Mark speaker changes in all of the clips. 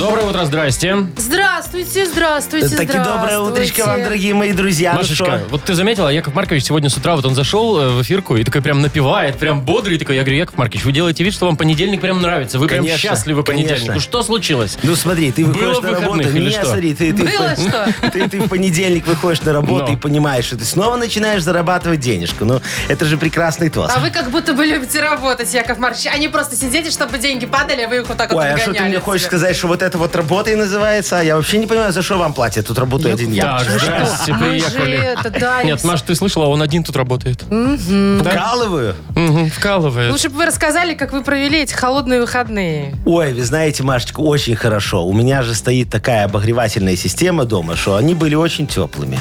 Speaker 1: Доброе утро, здрасте.
Speaker 2: Здравствуйте, здравствуйте,
Speaker 3: Так и
Speaker 2: здравствуйте.
Speaker 3: доброе утречко вам, дорогие мои друзья. Ну
Speaker 1: Машечка,
Speaker 3: что?
Speaker 1: вот ты заметила, Яков Маркович сегодня с утра, вот он зашел э, в эфирку и такой прям напевает, прям бодрый такой. Я говорю, Яков Маркович, вы делаете вид, что вам понедельник прям нравится. Вы прям
Speaker 3: Конечно,
Speaker 1: счастливы понедельник.
Speaker 3: конечно.
Speaker 1: Ну что случилось?
Speaker 3: Ну смотри, ты
Speaker 1: Было
Speaker 3: выходишь на работу.
Speaker 1: выходных или
Speaker 3: Не,
Speaker 1: что?
Speaker 3: смотри, ты, ты,
Speaker 2: Было
Speaker 3: ты-
Speaker 2: что?
Speaker 3: ты- ты в понедельник выходишь на работу
Speaker 1: Но.
Speaker 3: и понимаешь, что ты снова начинаешь зарабатывать денежку. Ну, это же прекрасный тост.
Speaker 2: А вы как будто бы любите работать, Яков Маркович. Они просто сидите, чтобы деньги падали, а вы их вот так вот
Speaker 3: Ой, а что ты
Speaker 2: подгоняли
Speaker 3: мне хочешь
Speaker 2: себе.
Speaker 3: сказать, что вот это вот работой называется? А я вообще не понимаю, за что вам платят. Тут работаю один я.
Speaker 1: Так, здрасте,
Speaker 2: Мы же
Speaker 1: приехали.
Speaker 2: это, да,
Speaker 1: Нет,
Speaker 2: и-
Speaker 1: Маш, ты слышала, он один тут работает.
Speaker 3: Вкалываю.
Speaker 1: Мгм,
Speaker 3: Ну
Speaker 1: Вкалывает.
Speaker 2: Лучше бы вы рассказали, как вы провели эти холодные выходные.
Speaker 3: Ой, вы знаете, Машечка, очень хорошо. У меня же стоит такая обогревательная система дома, что они были очень теплыми.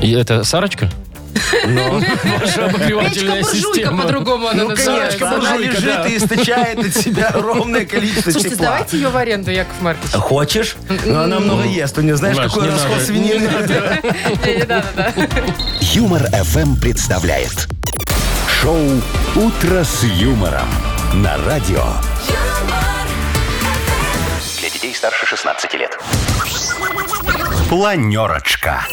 Speaker 1: И Это Сарочка? Ваша обогревательная
Speaker 2: Печка-буржуйка
Speaker 1: система.
Speaker 2: по-другому она
Speaker 3: Ну, конечно,
Speaker 2: называется.
Speaker 3: она
Speaker 1: буржуйка,
Speaker 3: лежит
Speaker 1: да.
Speaker 3: и источает от себя огромное количество
Speaker 2: Слушайте,
Speaker 3: тепла.
Speaker 2: сдавайте ее в аренду, Яков Маркович.
Speaker 3: Хочешь? Но она много ест. У нее, знаешь,
Speaker 1: Маш,
Speaker 3: какой
Speaker 1: не
Speaker 3: расход
Speaker 1: надо.
Speaker 3: свинины.
Speaker 2: Не, не надо, да.
Speaker 4: Юмор ФМ представляет. Шоу «Утро с юмором» на радио. Для детей старше 16 лет. Планерочка.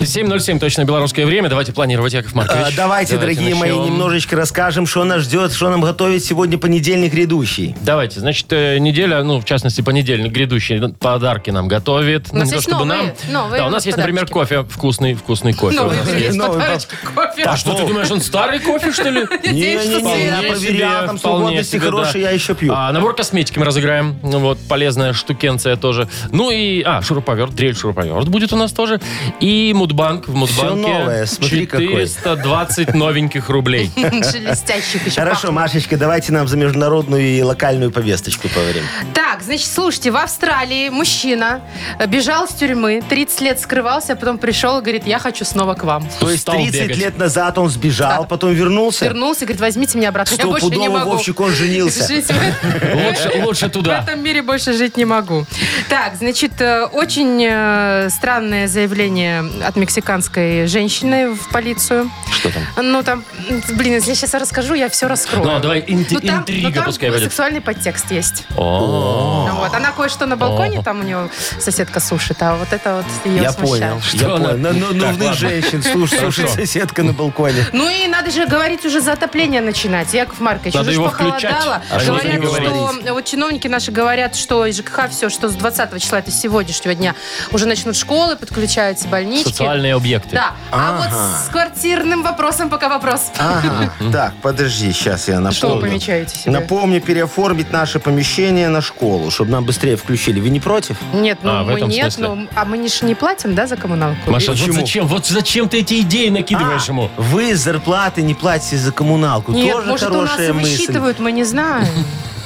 Speaker 1: 7.07, точно белорусское время. Давайте планировать, Яков
Speaker 3: А,
Speaker 1: Маркович.
Speaker 3: Давайте, дорогие мои,
Speaker 1: начнем.
Speaker 3: немножечко расскажем, что нас ждет, что нам готовит сегодня понедельник грядущий.
Speaker 1: Давайте, значит, э, неделя, ну, в частности, понедельник грядущий, ну, подарки нам готовит.
Speaker 2: У нас
Speaker 1: Ну,
Speaker 2: есть новые- новые
Speaker 1: да, у нас есть, например, кофе. Вкусный, вкусный кофе у
Speaker 2: Новый
Speaker 1: нас
Speaker 2: привет,
Speaker 1: есть.
Speaker 3: Новый
Speaker 2: подарочки, кофе.
Speaker 1: А что ты думаешь, он старый кофе, что ли?
Speaker 2: Надеюсь, что
Speaker 3: Не-не-не,
Speaker 2: сыр.
Speaker 3: я
Speaker 1: Вполне
Speaker 3: поверю,
Speaker 1: себе,
Speaker 3: я там с
Speaker 1: вполне
Speaker 3: угодности
Speaker 1: себе, да.
Speaker 3: хорошие, я еще пью.
Speaker 1: А, набор косметики мы разыграем. Ну, Вот, полезная штукенция тоже. Ну и, а, шуруповерт, дрель шуруповерт будет у нас тоже. И мудбанк. В мудбанке
Speaker 3: новое, смотри, какой.
Speaker 1: 420 новеньких рублей.
Speaker 2: Шелестящих еще
Speaker 3: Хорошо,
Speaker 2: пахнет.
Speaker 3: Машечка, давайте нам за международную и локальную повесточку поговорим.
Speaker 2: Так, значит, слушайте, в Австралии мужчина э, бежал из тюрьмы, 30 лет скрывался, а потом пришел и говорит, я хочу снова к вам.
Speaker 3: То есть
Speaker 1: Стал
Speaker 3: 30
Speaker 1: бегать.
Speaker 3: лет назад он сбежал, потом вернулся.
Speaker 2: Вернулся и говорит, возьмите меня обратно, я больше не
Speaker 3: Стопудово,
Speaker 2: могу.
Speaker 3: Вовчик, он женился.
Speaker 2: Жить в-
Speaker 1: Лучше, лучше
Speaker 2: В
Speaker 1: туда.
Speaker 2: этом мире больше жить не могу. Так, значит, э, очень э, странное заявление от мексиканской женщины в полицию.
Speaker 1: Что там?
Speaker 2: Ну, там, м, блин, если я сейчас расскажу, я все раскрою.
Speaker 1: Ну, давай, инти-
Speaker 2: Ну, там- ну,
Speaker 1: интрига
Speaker 2: там
Speaker 1: пускай будет.
Speaker 2: сексуальный подтекст есть.
Speaker 1: О.
Speaker 2: Ну Вот. Она кое-что на балконе,
Speaker 1: О.
Speaker 2: там у нее соседка сушит, а вот это вот ее
Speaker 3: Я
Speaker 2: смущает.
Speaker 3: понял,
Speaker 1: Что
Speaker 3: я
Speaker 1: она-
Speaker 3: понял. Ну, ну,
Speaker 1: Так,
Speaker 3: Нужны
Speaker 1: ладно.
Speaker 3: женщин. Слушай, слушай,
Speaker 1: Хорошо.
Speaker 3: соседка на балконе.
Speaker 2: Ну и надо же говорить уже за отопление начинать, Яков Маркович.
Speaker 1: Надо
Speaker 2: уже ж
Speaker 1: его
Speaker 2: похолодало.
Speaker 1: включать, а
Speaker 3: не
Speaker 2: говорят,
Speaker 3: говорить.
Speaker 2: что вот чиновники наши говорят, что из ЖКХ все, что с 20 числа, то есть сегодняшнего дня, уже начнут школы, подключаются больнички.
Speaker 1: Социальные объекты.
Speaker 2: Да. А вот с квартирным вопросом пока вопрос.
Speaker 1: А
Speaker 3: Ага. Так, подожди, сейчас я напомню.
Speaker 2: Что вы помечаете себе?
Speaker 3: Напомню, переоформить наше помещение на школу, чтобы нам быстрее включили. Вы не против?
Speaker 2: Нет, ну
Speaker 1: А, в
Speaker 2: мы
Speaker 1: этом
Speaker 2: нет,
Speaker 1: смысле?
Speaker 2: ну, а мы не ж не платим, да, за коммуналку?
Speaker 1: Маша, вот
Speaker 3: Почему?
Speaker 1: зачем, вот зачем ты эти идеи накидываешь
Speaker 3: А,
Speaker 1: ему?
Speaker 3: Вы с зарплаты не платите за
Speaker 1: Ну,
Speaker 3: коммуналку.
Speaker 2: Нет,
Speaker 3: Тоже
Speaker 2: может, у нас
Speaker 3: хорошая
Speaker 2: и
Speaker 3: мысль.
Speaker 2: высчитывают, мы не знаем.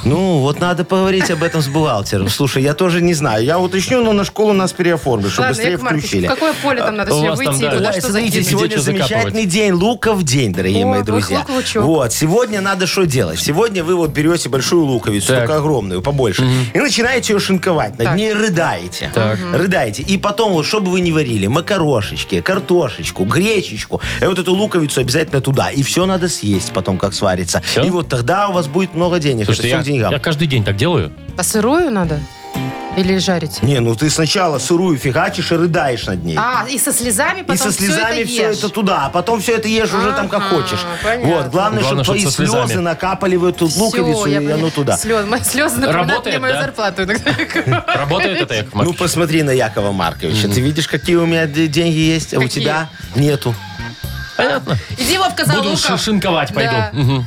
Speaker 3: Ну, вот надо поговорить об этом с бухгалтером. Слушай, я тоже не знаю. Я уточню, но на школу нас переоформят, чтобы
Speaker 2: Ладно,
Speaker 3: быстрее
Speaker 2: Яков Маркович,
Speaker 3: включили.
Speaker 2: в какое поле там надо
Speaker 1: А,
Speaker 2: сегодня
Speaker 1: у вас там,
Speaker 2: выйти?
Speaker 1: да.
Speaker 2: и куда
Speaker 3: Ой,
Speaker 2: что
Speaker 3: Э, смотрите,
Speaker 2: закинуть?
Speaker 1: закинуть?
Speaker 3: сегодня
Speaker 1: Где что
Speaker 3: замечательный
Speaker 1: закапывать?
Speaker 3: день. Луков день, дорогие
Speaker 2: О,
Speaker 3: мои
Speaker 2: вот
Speaker 3: друзья.
Speaker 2: лук, лучок.
Speaker 3: Вот, сегодня надо что делать? Сегодня вы вот берете большую луковицу,
Speaker 1: Так.
Speaker 3: только огромную, побольше, и начинаете ее шинковать. Над
Speaker 2: Так.
Speaker 3: ней рыдаете.
Speaker 1: Так.
Speaker 3: Рыдаете. И потом, вот, что бы вы ни варили, макарошечки, картошечку, гречечку, и вот эту луковицу обязательно туда. И все надо съесть потом, как сварится.
Speaker 1: Всё?
Speaker 3: И вот тогда у вас будет много денег.
Speaker 1: Слушайте,
Speaker 3: Это
Speaker 1: я,
Speaker 3: всё к деньгам.
Speaker 1: я каждый день так делаю.
Speaker 2: А сырую надо? Или жарить?
Speaker 3: Не, ну ты сначала сырую фигачишь и рыдаешь над ней.
Speaker 2: А, и со слезами потом
Speaker 3: и со слезами
Speaker 2: все это
Speaker 3: все
Speaker 2: ешь.
Speaker 3: это туда, а потом все это ешь уже там как
Speaker 2: Ага,
Speaker 3: хочешь.
Speaker 2: понятно.
Speaker 3: Вот, главное,
Speaker 1: Главное,
Speaker 3: чтобы
Speaker 1: чтоб
Speaker 3: твои
Speaker 1: со слезами.
Speaker 3: слезы накапали в эту
Speaker 2: Всё,
Speaker 3: луковицу,
Speaker 2: я
Speaker 3: и
Speaker 2: поняла.
Speaker 3: оно туда.
Speaker 2: Слез, мои слезы напоминают мне
Speaker 1: Работает,
Speaker 2: мою
Speaker 1: да?
Speaker 2: зарплату. иногда.
Speaker 1: Работает это, Яков
Speaker 3: Ну,
Speaker 1: Маркович?
Speaker 3: посмотри на Якова Марковича. Ты видишь, какие у меня де- деньги есть, а у
Speaker 2: Какие?
Speaker 3: тебя нету.
Speaker 1: Понятно.
Speaker 2: Иди, Вовка, за
Speaker 1: Буду
Speaker 2: луком.
Speaker 1: шинковать пойду.
Speaker 2: Да.
Speaker 1: Мгм.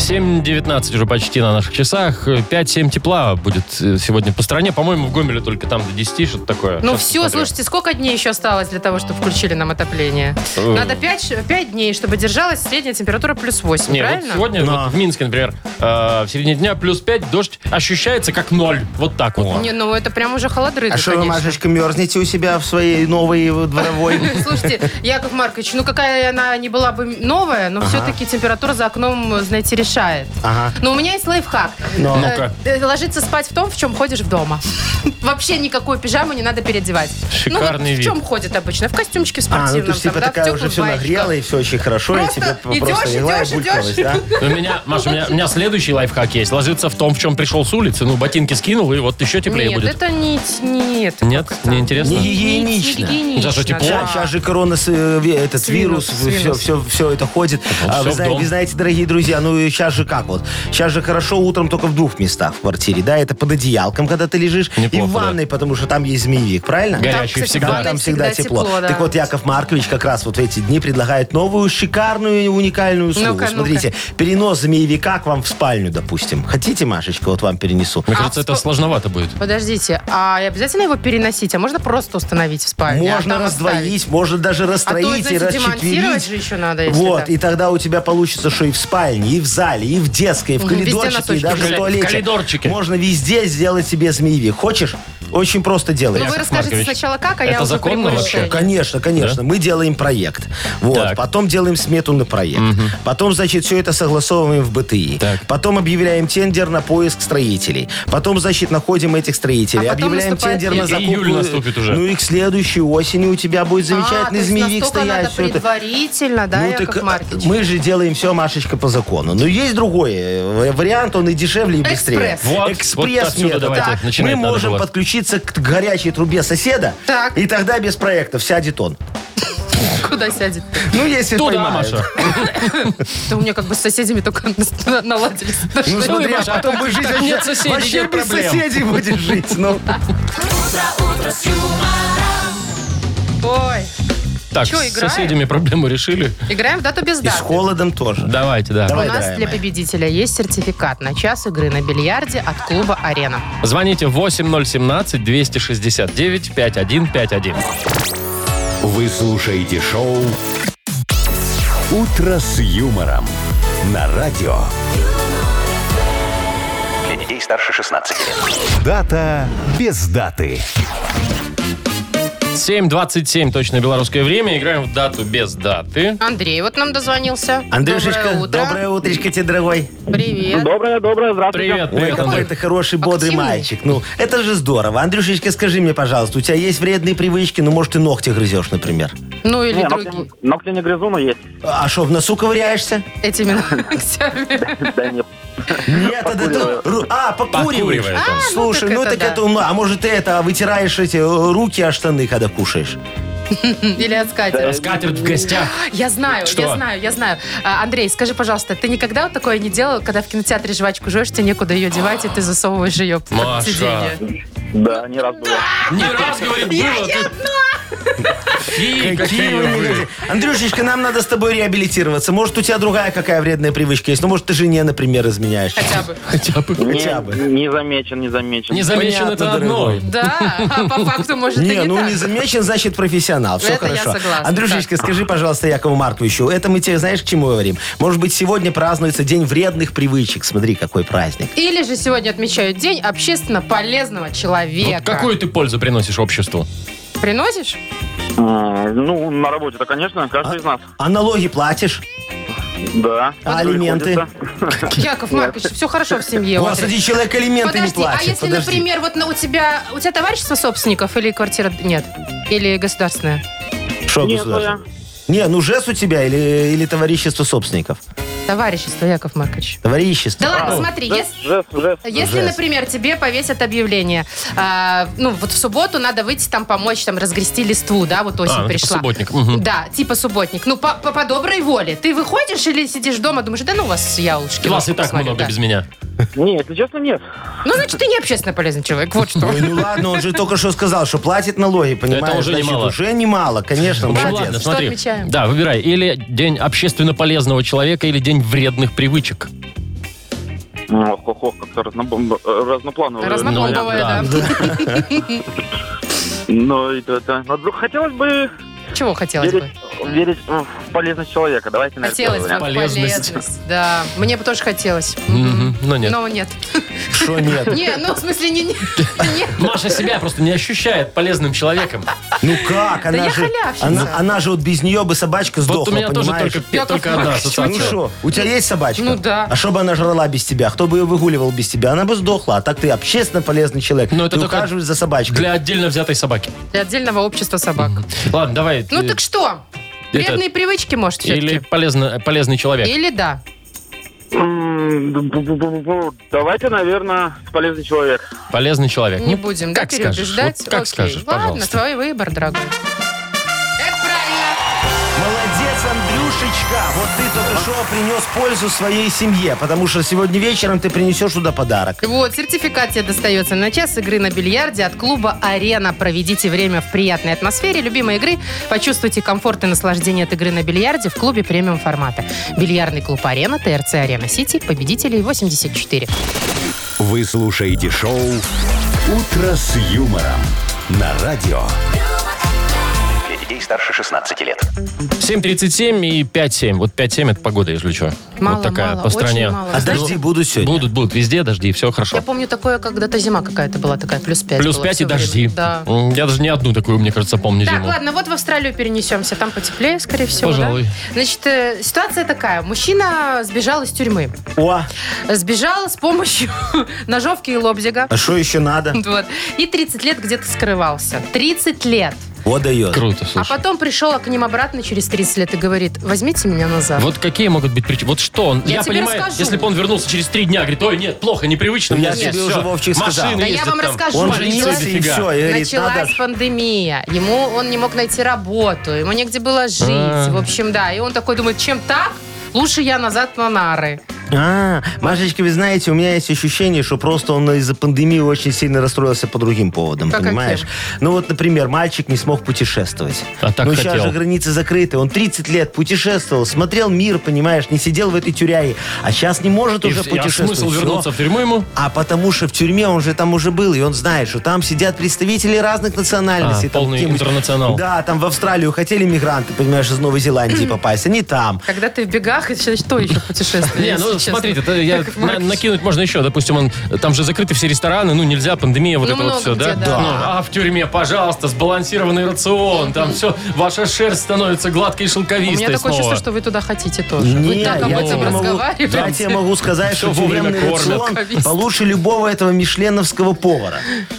Speaker 1: 7.19 уже почти на наших часах. 5-7 тепла будет э, сегодня по стране. По-моему, в Гомеле только там до 10, что-то такое.
Speaker 2: Ну
Speaker 1: Щас
Speaker 2: все,
Speaker 1: посмотрю.
Speaker 2: слушайте, сколько дней еще осталось для того, чтобы включили нам отопление?
Speaker 1: Э.
Speaker 2: Надо 5, дней, чтобы держалась средняя температура плюс 8,
Speaker 1: Не, вот
Speaker 2: правильно?
Speaker 1: сегодня
Speaker 3: Да.
Speaker 1: вот в Минске, например, э, в середине дня плюс 5, дождь ощущается как ноль. Вот так вот.
Speaker 2: Не, ну это прям уже холодрыга,
Speaker 3: А что вы,
Speaker 2: конечно.
Speaker 3: Машечка, мерзнете у себя в своей новой э, дворовой?
Speaker 2: Слушайте, Яков Маркович, ну какая она не была бы новая, но все-таки температура за окном, знаете, решает.
Speaker 3: Ага.
Speaker 2: Но у меня есть лайфхак.
Speaker 3: Ну.
Speaker 2: Э,
Speaker 1: Ну-ка.
Speaker 2: э, Ложиться спать в том, в чем ходишь в дома. Вообще никакую пижаму не надо переодевать. ну,
Speaker 1: Шикарный
Speaker 2: вот
Speaker 1: вид.
Speaker 2: в чем ходят обычно? В костюмчике
Speaker 3: А,
Speaker 2: спортивном.
Speaker 3: ну ты ж типа
Speaker 2: там, да, в
Speaker 3: такая уже
Speaker 2: тёплых
Speaker 3: все
Speaker 2: баечках.
Speaker 3: нагрела, и все очень хорошо, и
Speaker 2: Просто
Speaker 3: тебе п- просто
Speaker 2: идешь,
Speaker 3: легла и
Speaker 2: идешь,
Speaker 3: булькалась,
Speaker 2: идешь.
Speaker 3: да?
Speaker 1: У меня, Маша, у меня, у меня следующий лайфхак есть. Ложиться в том, в чем пришел с улицы. Ну, ботинки скинул, и вот еще теплее
Speaker 2: Нет,
Speaker 1: будет.
Speaker 2: это не... Нет,
Speaker 1: Нет,
Speaker 2: как-то.
Speaker 1: не интересно.
Speaker 3: Не гигиенично.
Speaker 2: Не гигиенично,
Speaker 1: Зато тепло.
Speaker 2: да.
Speaker 3: Сейчас Э, же корона, с, э, ви- этот
Speaker 2: Свинус,
Speaker 3: вирус, все,
Speaker 2: свинус.
Speaker 3: все, все это ходит.
Speaker 1: Ну,
Speaker 3: А
Speaker 1: всё
Speaker 3: вы,
Speaker 1: в
Speaker 3: знаете,
Speaker 1: дом.
Speaker 3: вы знаете, дорогие друзья, ну сейчас же как вот? Сейчас же хорошо утром только в двух местах в квартире, да? Это под одеялком, когда ты лежишь, и
Speaker 1: Неплохо,
Speaker 3: в ванной, потому что там есть змеевик, правильно?
Speaker 1: Горячий
Speaker 2: кстати,
Speaker 1: всегда.
Speaker 2: в
Speaker 3: Да,
Speaker 2: ванной
Speaker 3: там всегда, тепло.
Speaker 2: да.
Speaker 3: Так вот, Яков Маркович как раз вот в эти дни предлагает новую шикарную и уникальную услугу.
Speaker 2: Ну-ка, ну-ка.
Speaker 3: Смотрите, перенос змеевика к вам в спальню, допустим. Хотите, Машечка, вот вам перенесу?
Speaker 1: Мне кажется, это
Speaker 2: вспо-
Speaker 1: сложновато будет.
Speaker 2: Подождите, а обязательно его переносить? А можно просто установить в спальне? а
Speaker 3: Можно
Speaker 2: там оставить?
Speaker 3: раздвоить, можно даже
Speaker 2: А то,
Speaker 3: расстроить и
Speaker 2: знаете, демонтировать
Speaker 3: расчетверить.
Speaker 2: же еще надо, если
Speaker 3: Вот,
Speaker 2: так.
Speaker 3: и тогда у тебя получится, что и в спальне, и в зале, и в детской, и в
Speaker 2: Мгм, везде
Speaker 3: коридорчике, и
Speaker 2: носочки
Speaker 3: даже
Speaker 1: в
Speaker 3: в туалете.
Speaker 1: коридорчике.
Speaker 3: Можно везде сделать себе змеевик. Хочешь? Очень просто
Speaker 2: Ну,
Speaker 3: делаешь.
Speaker 2: вы
Speaker 1: Яков
Speaker 2: расскажите
Speaker 1: Маркович,
Speaker 2: сначала как, а
Speaker 1: это
Speaker 2: я уже
Speaker 1: законно
Speaker 2: приму
Speaker 1: вообще?
Speaker 2: решение.
Speaker 3: Конечно, конечно.
Speaker 1: Да?
Speaker 3: Мы делаем проект. Вот.
Speaker 1: Так.
Speaker 3: Потом делаем смету на проект. Потом, значит, все это согласовываем в БТИ.
Speaker 1: Так.
Speaker 3: Потом объявляем тендер на поиск строителей. Потом, значит, находим этих строителей.
Speaker 2: А потом
Speaker 3: объявляем
Speaker 2: наступает
Speaker 3: тендер на
Speaker 1: июль.
Speaker 3: закупку.
Speaker 1: Июль наступит уже.
Speaker 3: Ну и к следующей осени у тебя будет
Speaker 2: А, то
Speaker 3: замечательный
Speaker 2: есть
Speaker 3: змеевик
Speaker 2: настолько
Speaker 3: стоять.
Speaker 2: надо
Speaker 3: всё это.
Speaker 2: предварительно, да,
Speaker 3: Ну,
Speaker 2: Яков
Speaker 3: так,
Speaker 2: Маркович?
Speaker 3: Мы же делаем все, Машечка, по закону. Но есть другой э, вариант, он и дешевле, и быстрее.
Speaker 2: Экспресс.
Speaker 1: Вот,
Speaker 3: Экспресс
Speaker 1: вот отсюда
Speaker 3: метод.
Speaker 1: давайте
Speaker 3: Так.
Speaker 1: начинать
Speaker 3: Мы
Speaker 1: надо
Speaker 3: можем
Speaker 1: было.
Speaker 3: подключиться к т- горячей трубе соседа,
Speaker 2: Так.
Speaker 3: и тогда без проектов сядет он.
Speaker 2: Куда сядет?
Speaker 3: Ну, если
Speaker 1: Туда,
Speaker 3: поймают.
Speaker 1: Маша.
Speaker 2: Да Ну, у меня как бы с соседями только на- наладились.
Speaker 3: Ну, смотри, а
Speaker 1: Маша,
Speaker 3: потом будешь жить
Speaker 1: когда
Speaker 3: вообще,
Speaker 1: нет соседей,
Speaker 3: вообще
Speaker 1: нет
Speaker 3: без
Speaker 1: проблем.
Speaker 3: соседей будешь жить. Ну,
Speaker 2: Ой,
Speaker 1: Так,
Speaker 2: Чё,
Speaker 1: с
Speaker 2: играем?
Speaker 1: соседями проблему решили.
Speaker 2: играем в дату без
Speaker 3: и с
Speaker 2: даты.
Speaker 3: холодом тоже.
Speaker 1: Давайте, да.
Speaker 2: У
Speaker 3: Давай,
Speaker 2: нас
Speaker 3: дорогая
Speaker 2: для
Speaker 3: моя.
Speaker 2: победителя есть сертификат на час игры на бильярде от клуба «Арена».
Speaker 1: Звоните 8017-269-5151.
Speaker 4: Вы слушаете шоу «Утро с юмором» на радио. Для детей старше 16 лет. Дата без даты.
Speaker 1: 7.27, точно белорусское время. Играем в дату без даты.
Speaker 2: Андрей вот нам дозвонился.
Speaker 3: Андрюшечка,
Speaker 2: доброе утро.
Speaker 3: доброе утречко тебе, дорогой.
Speaker 2: Привет.
Speaker 5: Доброе, доброе, здравствуйте.
Speaker 1: Привет,
Speaker 3: Ой,
Speaker 1: привет,
Speaker 3: какой
Speaker 1: Андрей.
Speaker 3: ты хороший, бодрый
Speaker 2: Активный.
Speaker 3: мальчик. Ну, это же здорово. Андрюшечка, скажи мне, пожалуйста, у тебя есть вредные привычки? Ну, может, ты ногти грызешь, например.
Speaker 2: Ну или
Speaker 5: Не,
Speaker 2: другие.
Speaker 5: ногти, ногти не грызу, но есть.
Speaker 3: А что, в носу ковыряешься?
Speaker 2: Этими ногтями.
Speaker 5: Да нет.
Speaker 3: Нет, это
Speaker 5: Покуриваю.
Speaker 3: ты... ру- А, покуриваешь.
Speaker 1: Покуривает он.
Speaker 2: А, ну
Speaker 3: Слушай,
Speaker 2: так
Speaker 3: ну
Speaker 2: это
Speaker 3: так
Speaker 2: да.
Speaker 3: это умно. А может, ты это вытираешь эти э, руки о штаны, когда кушаешь?
Speaker 2: Или от скатерть.
Speaker 1: Скатерть в гостях.
Speaker 2: Я знаю,
Speaker 1: Что?
Speaker 2: я знаю, я знаю. А, Андрей, скажи, пожалуйста, ты никогда вот такое не делал, когда в кинотеатре жвачку жуешь, тебе некуда ее девать, и ты засовываешь ее под
Speaker 1: Маша.
Speaker 2: сиденье?
Speaker 5: Да, не раз было.
Speaker 1: Не раз, говорит, было. Фи,
Speaker 3: Какие вы не люди. Андрюшечка, нам надо с тобой реабилитироваться. Может, у тебя другая какая вредная привычка есть? Ну, может, ты жене, например, изменяешь.
Speaker 2: Хотя бы.
Speaker 1: Хотя бы.
Speaker 5: Не-
Speaker 3: Хотя бы.
Speaker 5: Не замечен, не замечен.
Speaker 1: Не замечен
Speaker 3: Понятно,
Speaker 1: это одно.
Speaker 3: дорогой.
Speaker 2: Да, а по факту, может, и
Speaker 3: Не,
Speaker 2: не
Speaker 3: ну
Speaker 2: так.
Speaker 3: не замечен, значит профессионал. Все
Speaker 2: Это я
Speaker 3: хорошо.
Speaker 2: согласна,
Speaker 3: Андрюшечка, скажи, пожалуйста, Якову Марковичу, это мы тебе знаешь, к чему говорим? Может быть, сегодня празднуется День вредных привычек. Смотри, какой праздник.
Speaker 2: Или же сегодня отмечают День общественно полезного человека.
Speaker 1: Вот какую ты пользу приносишь обществу?
Speaker 2: Приносишь?
Speaker 5: М, Ну, на работе-то, конечно, каждый из нас.
Speaker 3: А налоги платишь?
Speaker 5: Да.
Speaker 3: А алименты?
Speaker 5: Приходится.
Speaker 2: Яков Маркович, все хорошо в семье. у вас.
Speaker 3: Господи, человек алименты не
Speaker 2: Подожди, а
Speaker 3: платит.
Speaker 2: если,
Speaker 3: подожди.
Speaker 2: например, вот на- у тебя у тебя товарищество собственников или квартира нет? Или государственная?
Speaker 3: Шо,
Speaker 5: Нет,
Speaker 3: государство? Не, ну ЖЭС у тебя или, или товарищество собственников?
Speaker 2: Товарищество, Яков Маркович.
Speaker 3: Товарищество.
Speaker 2: Да ладно,
Speaker 5: А,
Speaker 2: смотри,
Speaker 5: жест,
Speaker 2: если...
Speaker 5: жест, жест.
Speaker 2: Если,
Speaker 3: Жесть.
Speaker 2: например, тебе повесят объявление, а, ну, вот в субботу надо выйти там помочь, там, разгрести листву, да, вот осень
Speaker 1: А, ну,
Speaker 2: пришла.
Speaker 1: субботник, мгм.
Speaker 2: Да, типа субботник. Ну, по, по- по доброй воле. Ты выходишь или сидишь дома, думаешь, да ну вас я лучше.
Speaker 1: Вас и так много без меня.
Speaker 5: Не, если честно, нет.
Speaker 2: Ну, значит, ты не общественно полезный человек, вот что.
Speaker 3: Ой, ну ладно, он же только что сказал, что платит налоги, понимаешь?
Speaker 1: уже
Speaker 3: Значит,
Speaker 1: немало.
Speaker 3: Уже немало, конечно,
Speaker 1: Ну,
Speaker 3: молодец.
Speaker 1: ладно,
Speaker 2: Что
Speaker 1: смотри.
Speaker 2: отмечаем?
Speaker 1: Да, выбирай. Или день общественно полезного человека, или день вредных привычек.
Speaker 5: Ох, ох, ох, Ну, как-то Ну, разнобом- разноплановое.
Speaker 2: Разнобомбовая, да.
Speaker 5: Но Ну, это, это... вот вдруг хотелось бы
Speaker 2: Чего хотелось бы?
Speaker 5: верить, верить в полезность человека. Давайте, наверное,
Speaker 2: Хотелось бы в
Speaker 5: первый вариант.
Speaker 1: Полезность.
Speaker 2: полезность. Да, мне бы тоже хотелось.
Speaker 1: Мгм, Но нет.
Speaker 2: Но нет.
Speaker 3: Что нет?
Speaker 2: Не, ну в смысле не... не- не.
Speaker 1: Маша себя просто не ощущает полезным человеком.
Speaker 3: Ну как? Она
Speaker 2: я
Speaker 3: же,
Speaker 2: халявщица.
Speaker 3: она, она же вот без нее бы собачка сдохла,
Speaker 1: Вот у меня тоже
Speaker 3: понимаешь?
Speaker 1: только, только
Speaker 2: Яков
Speaker 1: одна
Speaker 2: Маркович,
Speaker 3: Ну
Speaker 1: ассоциация.
Speaker 3: что, у тебя есть собачка?
Speaker 2: Ну да.
Speaker 3: А что бы она жрала без тебя? Кто бы ее выгуливал без тебя? Она бы сдохла. А так ты общественно полезный человек.
Speaker 1: Ну, это
Speaker 3: ты
Speaker 1: только
Speaker 3: ухаживаешь за собачкой.
Speaker 1: Для отдельно взятой собаки.
Speaker 2: Для отдельного общества собак.
Speaker 1: Ладно, давай.
Speaker 2: Ну
Speaker 1: э,
Speaker 2: так что? Вредные привычки, может,
Speaker 1: Или
Speaker 2: все-таки?
Speaker 1: полезно- полезный человек.
Speaker 2: Или да.
Speaker 5: М, бу-бу-бу-бу-бу. Давайте, наверное, в полезный человек.
Speaker 1: Полезный человек.
Speaker 2: Не
Speaker 1: Ну,
Speaker 2: будем, да,
Speaker 1: как скажешь?
Speaker 2: переубеждать?
Speaker 1: Вот как
Speaker 2: Окей.
Speaker 1: скажешь,
Speaker 2: Ладно,
Speaker 1: пожалуйста.
Speaker 2: твой выбор, дорогой. Это правильно.
Speaker 3: Молодец, Андрюшечка! Вот ты только что принес пользу своей семье, потому что сегодня вечером ты принесешь туда подарок.
Speaker 2: Вот, сертификат тебе достается на час игры на бильярде от клуба «Арена». Проведите время в приятной атмосфере любимой игры. Почувствуйте комфорт и наслаждение от игры на бильярде в клубе премиум формата. Бильярдный клуб «Арена», ТРЦ «Арена Сити», победителей 84.
Speaker 4: Вы слушаете шоу «Утро с юмором» на радио. Для детей старше 16 лет.
Speaker 1: 7.37 и 5.7. Вот 5.7 это погода, если что.
Speaker 2: Мало,
Speaker 1: вот такая
Speaker 2: мало,
Speaker 1: по стране.
Speaker 2: очень мало.
Speaker 3: А дожди будут сегодня?
Speaker 1: Будут, будут везде дожди, все хорошо.
Speaker 2: Я помню, такое когда-то зима какая-то была такая, плюс 5.
Speaker 1: Плюс 5 и дожди.
Speaker 2: Да.
Speaker 1: М, Я даже не одну такую, мне кажется, помню
Speaker 2: Так,
Speaker 1: зиму.
Speaker 2: ладно, вот в Австралию перенесемся. Там потеплее, скорее всего.
Speaker 1: Пожалуй.
Speaker 2: да? Значит, э, ситуация такая. Мужчина сбежал из тюрьмы.
Speaker 3: О,
Speaker 2: Сбежал с помощью ножовки и лобзика.
Speaker 3: а что еще надо?
Speaker 2: Вот. И 30 лет где-то скрывался. 30 лет.
Speaker 3: Вот дает.
Speaker 1: Круто,
Speaker 2: А
Speaker 1: слушай.
Speaker 2: потом пришел к ним обратно через 30 лет и говорит, возьмите меня назад.
Speaker 1: Вот какие могут быть причины? Вот что он?
Speaker 2: А Я
Speaker 1: Я,
Speaker 2: тебе
Speaker 1: понимаю,
Speaker 2: расскажу.
Speaker 1: если бы он вернулся через три дня, говорит, ой, нет, плохо, непривычно. у
Speaker 3: Ну,
Speaker 1: меня
Speaker 3: я
Speaker 1: здесь
Speaker 3: тебе
Speaker 1: всё.
Speaker 3: уже, Вовчик,
Speaker 1: Машины
Speaker 3: сказал. Да
Speaker 2: я
Speaker 1: ездят
Speaker 2: вам
Speaker 1: там.
Speaker 2: расскажу.
Speaker 3: Он
Speaker 2: Полиция
Speaker 3: женился и
Speaker 1: дофига.
Speaker 3: все. И говорит,
Speaker 2: Началась
Speaker 3: надо...
Speaker 2: пандемия. Ему он не мог найти работу, ему негде было жить.
Speaker 1: А.
Speaker 2: В общем, да. И он такой думает, чем так? Лучше я назад на нары.
Speaker 3: А, Машечка, вы знаете, у меня есть ощущение, что просто он из-за пандемии очень сильно расстроился по другим поводам,
Speaker 2: А
Speaker 3: понимаешь?
Speaker 2: каким?
Speaker 3: Ну вот, например, мальчик не смог путешествовать.
Speaker 1: А так
Speaker 3: ну
Speaker 1: хотел.
Speaker 3: сейчас же границы закрыты. Он 30 лет путешествовал, смотрел мир, понимаешь, не сидел в этой тюряге. А сейчас не может
Speaker 1: И
Speaker 3: уже
Speaker 1: в- и а
Speaker 3: путешествовать.
Speaker 1: смысл
Speaker 3: Всё.
Speaker 1: вернуться в тюрьму ему?
Speaker 3: А потому что в тюрьме он же там уже был, и он знает, что там сидят представители разных национальностей.
Speaker 1: А,
Speaker 3: там
Speaker 1: полный
Speaker 3: какие-нибудь-
Speaker 1: интернационал.
Speaker 3: Да, там в Австралию хотели мигранты, понимаешь, из Новой Зеландии попасть. Они там.
Speaker 2: Когда ты в бегах, это что еще путешествие?
Speaker 1: Не, ну
Speaker 2: если честно?
Speaker 1: смотрите, это я-
Speaker 2: Яков
Speaker 1: на-
Speaker 2: Маркович.
Speaker 1: накинуть можно еще. Допустим, он там же закрыты все рестораны, ну нельзя, пандемия, вот
Speaker 2: Ну,
Speaker 1: это вот
Speaker 2: много
Speaker 1: все, да?
Speaker 2: где, да.
Speaker 1: Ну, а в тюрьме, пожалуйста, сбалансированный рацион, там все, ваша шерсть становится гладкой и
Speaker 2: У
Speaker 1: шелковистой
Speaker 2: меня такое
Speaker 1: снова.
Speaker 2: чувство, что вы туда хотите тоже.
Speaker 3: Не,
Speaker 2: вы так об
Speaker 3: я
Speaker 2: этом
Speaker 3: тебе могу-
Speaker 2: разговариваете.
Speaker 3: Я тебе могу сказать,
Speaker 1: Всё
Speaker 3: что
Speaker 1: вовремя
Speaker 3: тюремный
Speaker 1: кормят.
Speaker 3: рацион
Speaker 2: Шелковист.
Speaker 3: получше любого этого мишленовского повара.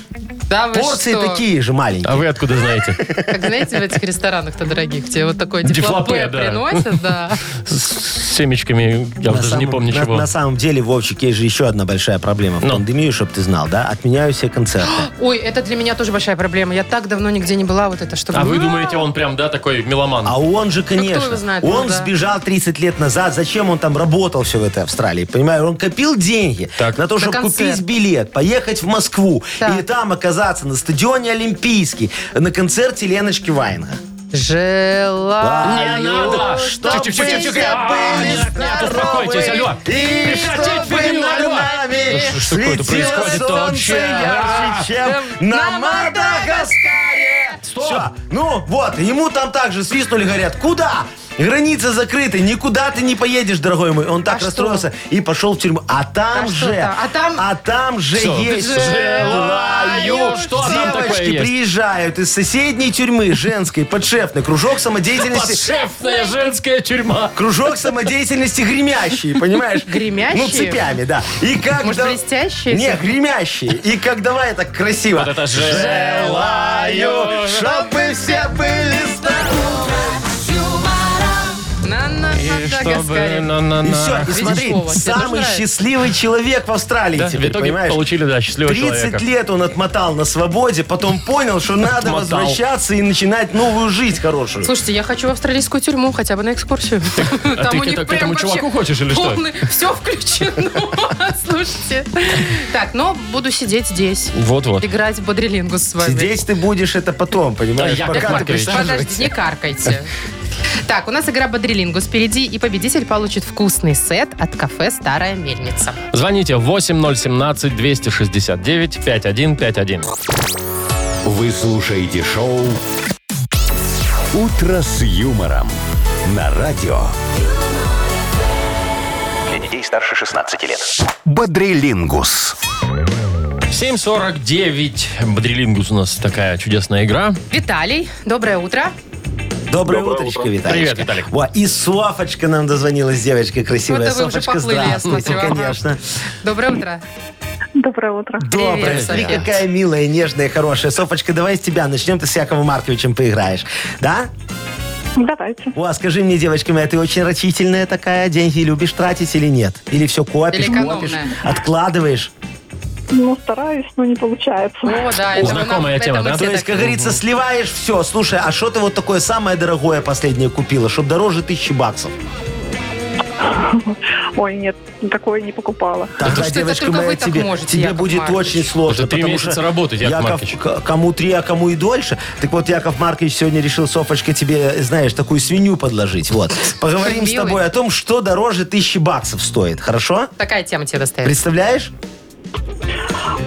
Speaker 2: Да вы
Speaker 3: Порции
Speaker 2: что?
Speaker 3: такие же маленькие.
Speaker 1: А вы откуда знаете?
Speaker 2: Как знаете, в этих ресторанах-то дорогих, где вот такое дефлопе
Speaker 1: Дефлопе, да.
Speaker 2: приносят, да.
Speaker 1: С с семечками, я
Speaker 3: На
Speaker 1: уже не
Speaker 3: самом-
Speaker 1: помню
Speaker 3: на,
Speaker 1: чего.
Speaker 3: на самом деле, Вовчик, есть же еще одна большая проблема в
Speaker 1: Ну.
Speaker 3: пандемию, чтобы ты знал, да? Отменяю все концерты.
Speaker 2: Ой, это для меня тоже большая проблема. Я так давно нигде не была, вот это, чтобы...
Speaker 1: А вы думаете, он прям, да, такой меломан?
Speaker 3: А он же, конечно,
Speaker 2: его знает,
Speaker 3: он
Speaker 2: ну да.
Speaker 3: сбежал 30 лет назад. Зачем он там работал все в этой Австралии? Понимаешь, он копил деньги
Speaker 1: Так.
Speaker 3: на то,
Speaker 2: На
Speaker 3: чтобы
Speaker 2: концерт.
Speaker 3: купить билет, поехать в Москву
Speaker 2: Так.
Speaker 3: и там оказаться на стадионе Олимпийский на концерте Леночки Вайнга.
Speaker 2: Желаю.
Speaker 1: Не надо!
Speaker 3: Чтоб
Speaker 1: Тихо, тихо, тихо,
Speaker 3: вы
Speaker 1: тихо. А,
Speaker 3: были
Speaker 1: нет, нет, успокойтесь,
Speaker 3: здоровы,
Speaker 1: алло.
Speaker 3: И
Speaker 1: Прекратить
Speaker 3: чтобы
Speaker 1: фигню,
Speaker 3: над
Speaker 1: алло.
Speaker 3: нами
Speaker 1: Да что ж такое-то
Speaker 3: светило
Speaker 1: происходит
Speaker 3: солнце
Speaker 1: вообще? а? Эм,
Speaker 3: ярче, чем
Speaker 2: На
Speaker 3: на Мадагаскаре. Все. Ну вот, ему там также свистнули, говорят, куда? Границы закрыты, никуда ты не поедешь, дорогой мой. Он так
Speaker 1: А
Speaker 2: что?
Speaker 3: расстроился и пошел в тюрьму. А там
Speaker 2: А что
Speaker 3: же,
Speaker 2: там? А там-
Speaker 3: там же
Speaker 1: Всё.
Speaker 3: есть
Speaker 1: Желаю, что там такое
Speaker 3: девочки
Speaker 1: есть?
Speaker 3: приезжают из соседней тюрьмы женской подшефной кружок самодеятельности.
Speaker 1: Подшефная женская тюрьма.
Speaker 3: Кружок самодеятельности гремящие, понимаешь?
Speaker 2: Гремящие?
Speaker 3: Ну, цепями, да. И как
Speaker 2: Может,
Speaker 3: да-
Speaker 2: блестящие?
Speaker 3: Не, гремящие. И как давай так красиво.
Speaker 1: Вот это желаю.
Speaker 3: чтобы все были здоровы.
Speaker 2: На на
Speaker 1: И чтобы...
Speaker 2: Мадагаскаре.
Speaker 1: на-на-на.
Speaker 3: И все, и
Speaker 2: Видишь,
Speaker 3: смотри,
Speaker 2: Вова, тебе тоже
Speaker 3: самый
Speaker 2: нравится?
Speaker 3: счастливый человек в Австралии
Speaker 1: Да, в
Speaker 3: теперь,
Speaker 1: итоге
Speaker 3: понимаешь?
Speaker 1: получили, да, счастливого
Speaker 3: 30
Speaker 1: человека.
Speaker 3: лет он отмотал на свободе, потом понял, что надо
Speaker 1: Отмотал.
Speaker 3: возвращаться и начинать новую жизнь хорошую.
Speaker 2: Слушайте, я хочу в австралийскую тюрьму хотя бы на экскурсию.
Speaker 1: а ты к это- к этому чуваку хочешь или что?
Speaker 2: Все включено. Слушайте. Так, но буду сидеть здесь.
Speaker 1: Вот-вот.
Speaker 2: Играть в бодрелингу с вами.
Speaker 3: Здесь ты будешь это потом, понимаешь?
Speaker 1: Да, Яков
Speaker 3: Пока ты
Speaker 1: Маркович.
Speaker 3: присаживаешься.
Speaker 2: Подождите, не каркайте. Так, у нас игра Бодрилингус впереди, и победитель получит вкусный сет от кафе «Старая мельница».
Speaker 1: Звоните 8017-269-5151.
Speaker 4: Вы слушаете шоу «Утро с юмором» на радио.
Speaker 6: Для детей старше 16 лет.
Speaker 4: Бодрилингус.
Speaker 1: 7.49. Бодрилингус у нас такая чудесная игра.
Speaker 2: Виталий, доброе утро.
Speaker 3: Доброе,
Speaker 5: Доброе
Speaker 3: утречко,
Speaker 5: утро.
Speaker 3: Виталий.
Speaker 1: Привет, Виталик.
Speaker 3: Во, и Софочка нам дозвонилась, девочка красивая.
Speaker 2: Вот вы уже
Speaker 3: Софочка,
Speaker 2: поплыли, я
Speaker 3: здравствуйте,
Speaker 2: смотрю, ага.
Speaker 3: конечно.
Speaker 2: Доброе утро.
Speaker 7: Доброе утро.
Speaker 3: Доброе.
Speaker 2: Привет,
Speaker 3: Смотри,
Speaker 2: София.
Speaker 3: какая милая, нежная, хорошая. Софочка, давай с тебя начнем. Ты с Яковом Марковичем поиграешь. Да?
Speaker 7: Давайте.
Speaker 3: О, а скажи мне, девочка моя, ты очень рачительная такая? Деньги любишь тратить или нет? Или все копишь,
Speaker 2: Или экономная?
Speaker 3: копишь, откладываешь?
Speaker 7: Ну, стараюсь, но не получается.
Speaker 2: О, да, это у нас-
Speaker 1: Знакомая
Speaker 2: это
Speaker 1: тема,
Speaker 2: мы
Speaker 1: да?
Speaker 2: все
Speaker 3: То есть,
Speaker 2: так-
Speaker 3: как говорится, сливаешь все. Слушай, а что ты вот такое самое дорогое последнее купила, чтоб дороже тысячи баксов?
Speaker 7: Ой, нет, такое не покупала.
Speaker 3: Тогда,
Speaker 2: что это только вы так можете,
Speaker 3: тебе
Speaker 2: Яков
Speaker 3: будет
Speaker 2: Маркович.
Speaker 3: очень сложно.
Speaker 1: Это три
Speaker 3: потому
Speaker 1: месяца
Speaker 3: что
Speaker 1: работать, Яков Маркович.
Speaker 3: к- Кому три, а кому и дольше. Так вот, Яков Маркович сегодня решил, Софочка, тебе, знаешь, такую свинью подложить. Вот. Поговорим с
Speaker 2: Милый.
Speaker 3: тобой о том, что дороже тысячи баксов стоит. Хорошо?
Speaker 2: Такая тема тебе достается.
Speaker 3: Представляешь?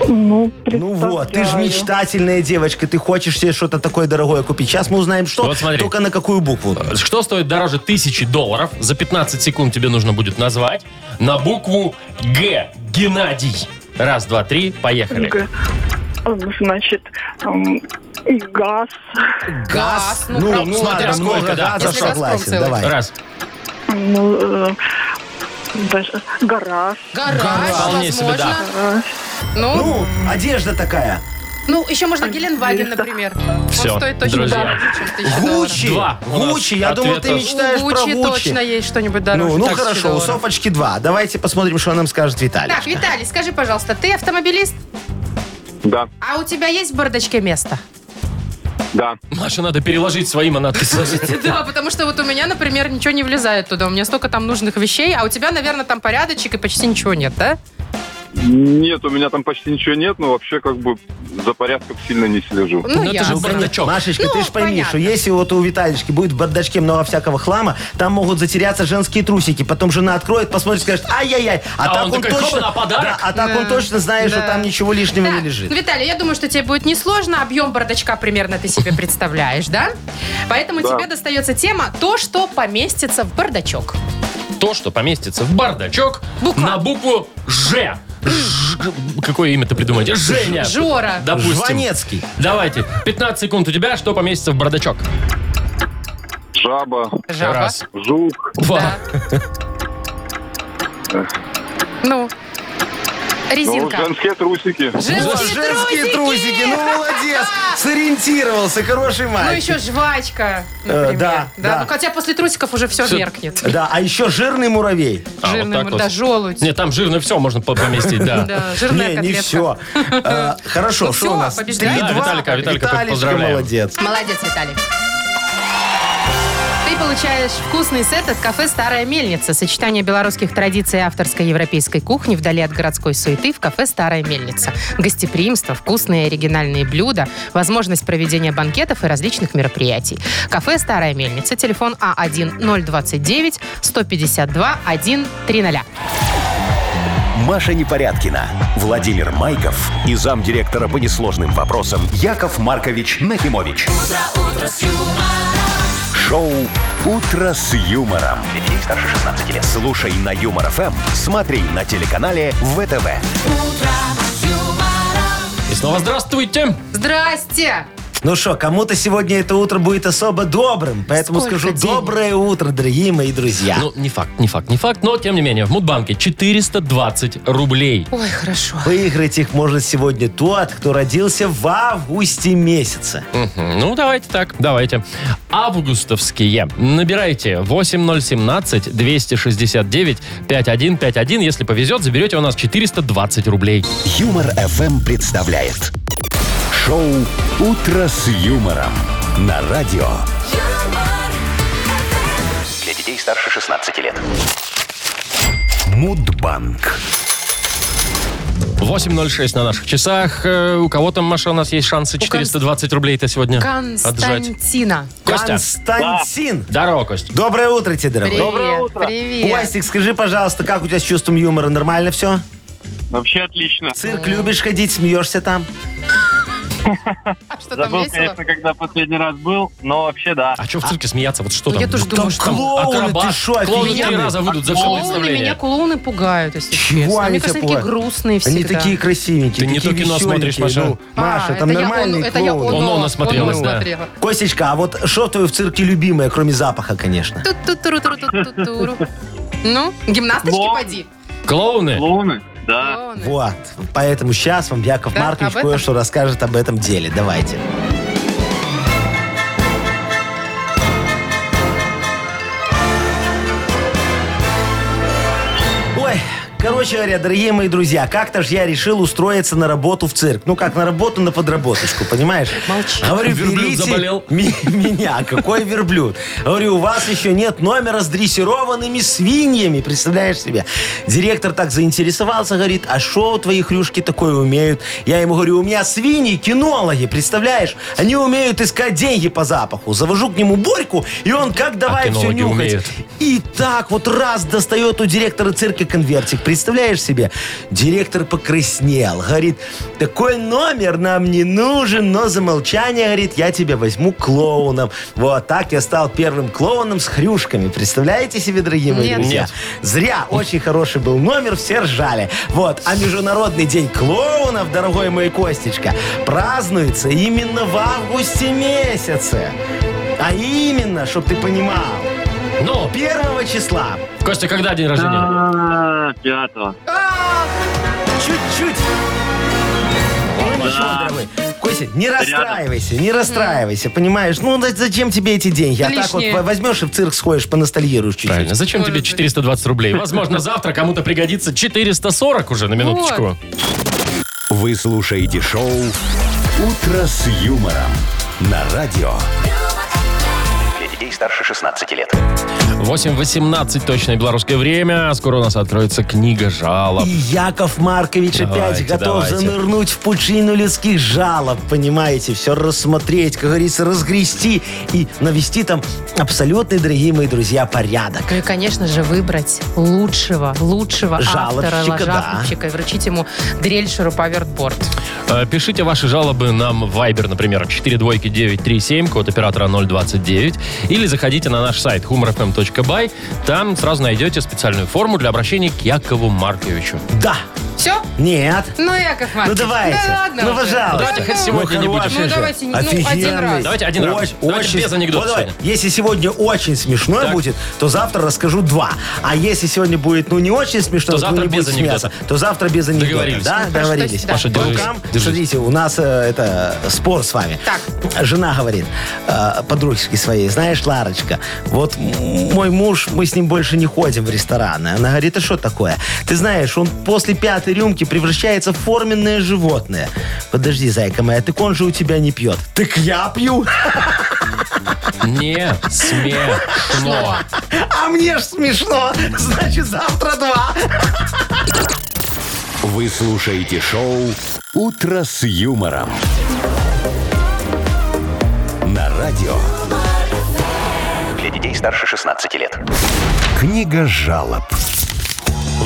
Speaker 7: Ну,
Speaker 3: Ну вот, ты же
Speaker 7: представляю.
Speaker 3: мечтательная девочка, ты хочешь себе что-то такое дорогое купить. Сейчас мы узнаем, что,
Speaker 1: Вот смотри. Э,
Speaker 3: только на какую букву.
Speaker 1: Что стоит дороже тысячи долларов? За 15 секунд тебе нужно будет назвать на букву Г. Геннадий. Раз, два, три, поехали.
Speaker 7: Г- Значит, эм, газ.
Speaker 2: Газ, ну,
Speaker 1: прям смотря
Speaker 3: ладно,
Speaker 1: сколько, да.
Speaker 3: много
Speaker 2: Если
Speaker 3: газа,
Speaker 2: газпром
Speaker 3: согласен,
Speaker 2: целый.
Speaker 3: давай.
Speaker 1: Раз.
Speaker 7: Ну, э, даже гараж.
Speaker 2: Гараж,
Speaker 1: Вполне себе,
Speaker 2: возможно. Ну,
Speaker 3: Ну, одежда такая.
Speaker 2: ну, еще можно Геленваген, например.
Speaker 1: Все,
Speaker 2: Он стоит точно
Speaker 1: друзья.
Speaker 2: дороже, чем тысяча долларов.
Speaker 3: Гуччи.
Speaker 1: Два. У нас
Speaker 3: Гуччи, я думал, ты
Speaker 1: ответа.
Speaker 2: У
Speaker 3: мечтаешь про
Speaker 2: Гуччи
Speaker 3: Гуччи.
Speaker 2: точно есть что-нибудь дороже.
Speaker 3: Ну, ну
Speaker 2: чем тысяча
Speaker 3: хорошо, у
Speaker 2: долларов.
Speaker 3: Софочки два. Давайте посмотрим, что нам скажет Виталий.
Speaker 2: Так, Виталий, скажи, пожалуйста, ты автомобилист?
Speaker 5: Да,
Speaker 2: А у тебя есть в бардачке место?
Speaker 5: да.
Speaker 1: Маша, надо переложить своим, она отписалась.
Speaker 2: Да, потому что вот у меня, например, ничего не влезает туда. У меня столько там нужных вещей, а у тебя, наверное, там порядочек и почти ничего нет, да?
Speaker 5: Нет, у меня там почти ничего нет, но вообще как бы за порядком сильно не слежу.
Speaker 2: Ну,
Speaker 1: это же
Speaker 2: ясно.
Speaker 1: бардачок.
Speaker 3: Машечка,
Speaker 2: Ну,
Speaker 3: ты же пойми,
Speaker 2: понятно.
Speaker 3: что если вот у Виталички будет в бардачке много всякого хлама, там могут затеряться женские трусики. Потом жена откроет, посмотрит, скажет, ай-яй-яй.
Speaker 1: А он такой, хоп, на подарок.
Speaker 3: Да, а так он
Speaker 2: Да.
Speaker 3: точно знает, что
Speaker 2: Да.
Speaker 3: там ничего лишнего
Speaker 2: Так,
Speaker 3: не лежит.
Speaker 2: ну, Виталий, я думаю, что тебе будет несложно. Объем бардачка примерно ты себе представляешь, да? Поэтому
Speaker 5: Да.
Speaker 2: тебе достается тема «То, что поместится в бардачок».
Speaker 1: То, что поместится в бардачок
Speaker 2: Буква.
Speaker 1: на букву Ж. Ж- Какое имя-то придумаете? Женя.
Speaker 2: Жора.
Speaker 1: Допустим.
Speaker 3: Жванецкий.
Speaker 1: Давайте. 15 секунд у тебя. Что поместится в бардачок?
Speaker 5: Жаба,
Speaker 2: Жаба.
Speaker 1: Раз.
Speaker 5: жук,
Speaker 1: Два. А,
Speaker 2: Да. Ну,
Speaker 5: ну,
Speaker 2: резинка.
Speaker 5: женские трусики.
Speaker 3: Женские трусики, ну молодец, сориентировался, хороший
Speaker 2: Ну,
Speaker 3: мальчик.
Speaker 2: еще жвачка, например.
Speaker 3: Э, да, да.
Speaker 2: Ну, хотя после трусиков уже все
Speaker 1: Всё.
Speaker 2: меркнет.
Speaker 3: Да, а еще жирный муравей.
Speaker 1: А, вот
Speaker 2: Жирный,
Speaker 1: так
Speaker 2: мур-
Speaker 1: вот.
Speaker 2: да, желудь.
Speaker 1: Нет, там жирно все можно по- поместить, да.
Speaker 2: Да, жирная
Speaker 3: не, не
Speaker 2: котлетка.
Speaker 3: все.
Speaker 2: Ну
Speaker 3: Хорошо, что
Speaker 2: всё,
Speaker 3: у нас?
Speaker 2: побеждаем.
Speaker 1: Да,
Speaker 3: Три-два.
Speaker 1: Виталика, Виталика
Speaker 3: Виталичка,
Speaker 1: поздравляем.
Speaker 3: молодец.
Speaker 2: Молодец, Виталий. Ты получаешь вкусный сет от кафе «Старая мельница». Сочетание белорусских традиций и авторской европейской кухни вдали от городской суеты в кафе «Старая мельница». Гостеприимство, вкусные и оригинальные блюда, возможность проведения банкетов и различных мероприятий. Кафе «Старая мельница», телефон А А1-029-152-130.
Speaker 4: Маша Непорядкина, Владимир Майков и замдиректора по несложным вопросам Яков Маркович Нахимович. Шоу Утро с юмором. Детей старше 16 лет. Слушай на юмор ФМ, смотри на телеканале ВТВ.
Speaker 1: И снова здравствуйте.
Speaker 2: Здрасте!
Speaker 3: Ну что, кому-то сегодня это утро будет особо добрым, поэтому
Speaker 2: Сколько
Speaker 3: скажу
Speaker 2: денег?
Speaker 3: доброе утро, дорогие мои друзья.
Speaker 1: Ну, не факт, не факт, не факт, но тем не менее, в Мудбанке 420 рублей.
Speaker 2: Ой, хорошо.
Speaker 3: Выиграть их может сегодня тот, кто родился в августе месяце.
Speaker 1: Мгм. Ну, давайте так, давайте. Августовские. Набирайте 8017-269-5151. Если повезет, заберете у нас 420 рублей.
Speaker 4: Юмор ФМ представляет. Шоу Утро с юмором на радио.
Speaker 6: Для детей старше 16 лет.
Speaker 4: Мудбанк.
Speaker 1: 8.06 на наших часах. Э, У кого там, Маша, у нас есть шансы
Speaker 2: Конст-
Speaker 1: 420 рублей-то сегодня отжать?
Speaker 2: Константина.
Speaker 1: Костя,
Speaker 3: Константин!
Speaker 1: здорово, Костя.
Speaker 3: Доброе утро тебе, дорогой.
Speaker 2: Привет.
Speaker 5: Доброе утро.
Speaker 2: Привет.
Speaker 3: Костик, скажи, пожалуйста, как у тебя с чувством юмора? Нормально все?
Speaker 5: Вообще отлично.
Speaker 3: Цирк любишь ходить, смеешься там?
Speaker 2: А что там
Speaker 5: Забыл,
Speaker 2: весело?
Speaker 5: конечно, когда последний раз был, но вообще да.
Speaker 1: А что в цирке смеяться? Вот что
Speaker 2: Ну,
Speaker 1: там?
Speaker 2: я тоже думаю, что там
Speaker 3: клоуны,
Speaker 1: Акробат.
Speaker 3: ты шо,
Speaker 1: Клоуны три
Speaker 3: офигенные?
Speaker 1: раза выйдут за все
Speaker 2: А Клоуны, меня
Speaker 1: представление.
Speaker 2: клоуны пугают, если честно.
Speaker 3: Чего они
Speaker 2: Мне
Speaker 3: тебя
Speaker 2: кажется, они такие
Speaker 3: пугают?
Speaker 2: грустные всегда.
Speaker 3: Они такие красивенькие,
Speaker 1: Ты не
Speaker 3: такие
Speaker 1: то кино
Speaker 3: веселенькие.
Speaker 1: смотришь, Маша.
Speaker 3: Ну,
Speaker 2: А,
Speaker 3: Маша, там
Speaker 2: это я
Speaker 3: нормальные
Speaker 2: оно- Это я
Speaker 3: клоуны.
Speaker 1: он-
Speaker 2: оно-
Speaker 1: Оно насмотрелась,
Speaker 2: оно
Speaker 1: да.
Speaker 2: смотрела.
Speaker 3: Костечка, а вот что в твоем цирке любимое, кроме запаха, конечно?
Speaker 2: Ту-ту-туру-туру-ту-туру. Ну, гимнасточки
Speaker 5: Во.
Speaker 2: поди.
Speaker 1: Клоуны?
Speaker 5: Клоуны?
Speaker 1: А.
Speaker 5: Да.
Speaker 2: Клоуны.
Speaker 3: Вот. Поэтому сейчас вам Яков
Speaker 2: Да,
Speaker 3: Маркович
Speaker 2: об этом?
Speaker 3: кое-что расскажет об этом деле. Давайте. Ой, короче говоря, дорогие мои друзья, как-то ж я решил устроиться на работу в цирк. Ну, как на работу, на подработочку, понимаешь?
Speaker 2: Молчи.
Speaker 3: Говорю,
Speaker 1: Верблюд
Speaker 3: берите
Speaker 1: заболел.
Speaker 3: ми- меня. Какой верблюд? Говорю, у вас еще нет номера с дрессированными свиньями, представляешь себе? Директор так заинтересовался, говорит, а что твои хрюшки такое умеют? Я ему говорю, у меня свиньи кинологи, представляешь? Они умеют искать деньги по запаху. Завожу к нему Борьку, и он как давай все
Speaker 1: А кинологи
Speaker 3: нюхать.
Speaker 1: умеют.
Speaker 3: И так вот раз достает у директора цирка конвертик. Представляешь себе? Директор покраснел. Говорит, такой номер нам не нужен, но за молчание, говорит, я тебя возьму клоуном. Вот так я стал первым клоуном с хрюшками. Представляете себе, дорогие мои
Speaker 2: Нет.
Speaker 3: друзья?
Speaker 1: Нет.
Speaker 3: Зря. Очень хороший был номер, все ржали. Вот. А Международный день клоунов, дорогой мой Костечка, празднуется именно в августе месяце. А именно, чтобы ты понимал,
Speaker 1: Ну,
Speaker 3: 1 числа.
Speaker 1: Костя, когда день рождения?
Speaker 5: А, Пятого.
Speaker 3: А, Чуть-чуть. Ой, ну чего, дорогой? Костя, не расстраивайся, не расстраивайся, понимаешь? Ну, да зачем тебе эти деньги? А
Speaker 2: Это
Speaker 3: так вот
Speaker 2: лишнее.
Speaker 3: возьмешь и в цирк сходишь, поностальгируешь чуть-чуть.
Speaker 1: Правильно. Зачем тебе
Speaker 2: Может
Speaker 1: 420 рублей? Возможно, завтра кому-то пригодится 440 уже на минуточку.
Speaker 4: Вы слушаете шоу «Утро с юмором» на радио.
Speaker 6: Для детей старше 16 лет.
Speaker 1: 8.18 точное белорусское время. Скоро у нас откроется книга жалоб.
Speaker 3: И Яков Маркович
Speaker 1: Давайте,
Speaker 3: опять готов
Speaker 1: давайте.
Speaker 3: занырнуть в пучину людских жалоб, понимаете, все рассмотреть, как говорится, разгрести и навести там абсолютный, дорогие мои друзья, порядок.
Speaker 2: Ну и, конечно же, выбрать лучшего, лучшего автора,
Speaker 3: Жалобщика, да.
Speaker 2: жалобщика и вручить ему дрель, шуруповерт, борт.
Speaker 1: Э, Пишите ваши жалобы нам в Viber, например, 42937, код оператора 029. Или заходите на наш сайт humorfm.by. Там сразу найдете специальную форму для обращения к Якову Марковичу.
Speaker 3: Да,
Speaker 2: Все?
Speaker 3: нет,
Speaker 2: Ну, Яков
Speaker 3: ну
Speaker 2: Маркович.
Speaker 3: давайте,
Speaker 2: Да ладно
Speaker 3: ну
Speaker 2: уже.
Speaker 3: пожалуйста.
Speaker 1: Давайте хоть сегодня не будем.
Speaker 3: хороший
Speaker 2: Ну,
Speaker 3: же.
Speaker 2: давайте, ну, один
Speaker 3: Офигенный.
Speaker 2: раз.
Speaker 1: Давайте один раз.
Speaker 3: Очень-
Speaker 1: Давайте
Speaker 3: очень-
Speaker 1: без анекдотов
Speaker 3: Вот давай.
Speaker 1: сегодня.
Speaker 3: Если сегодня очень смешно
Speaker 1: Так.
Speaker 3: будет, то завтра расскажу два. А если сегодня будет, ну, не очень
Speaker 1: То
Speaker 3: смешно, то,
Speaker 1: завтра
Speaker 3: не
Speaker 1: без
Speaker 3: будет смеяться,
Speaker 1: анекдотов.
Speaker 3: то завтра без анекдотов.
Speaker 1: Договорились.
Speaker 3: Да,
Speaker 2: Ну, хорошо,
Speaker 3: договорились.
Speaker 2: то есть,
Speaker 1: да. Маша,
Speaker 3: По
Speaker 1: держись,
Speaker 3: рукам,
Speaker 1: держись.
Speaker 3: смотрите, у нас э, это спор с вами.
Speaker 2: Так.
Speaker 3: Жена говорит э, подружке своей, знаешь, Ларочка, вот м- мой муж, мы с ним больше не ходим в рестораны. Она говорит, а что такое? Ты знаешь, он после пятой рюмки превращается в форменное животное. Подожди, зайка моя, так он же у тебя не пьет. Так я пью,
Speaker 1: Не смешно.
Speaker 3: а мне ж смешно. Значит, завтра два.
Speaker 4: Вы слушаете шоу «Утро с юмором» на радио.
Speaker 6: Для детей старше 16 лет.
Speaker 4: Книга жалоб.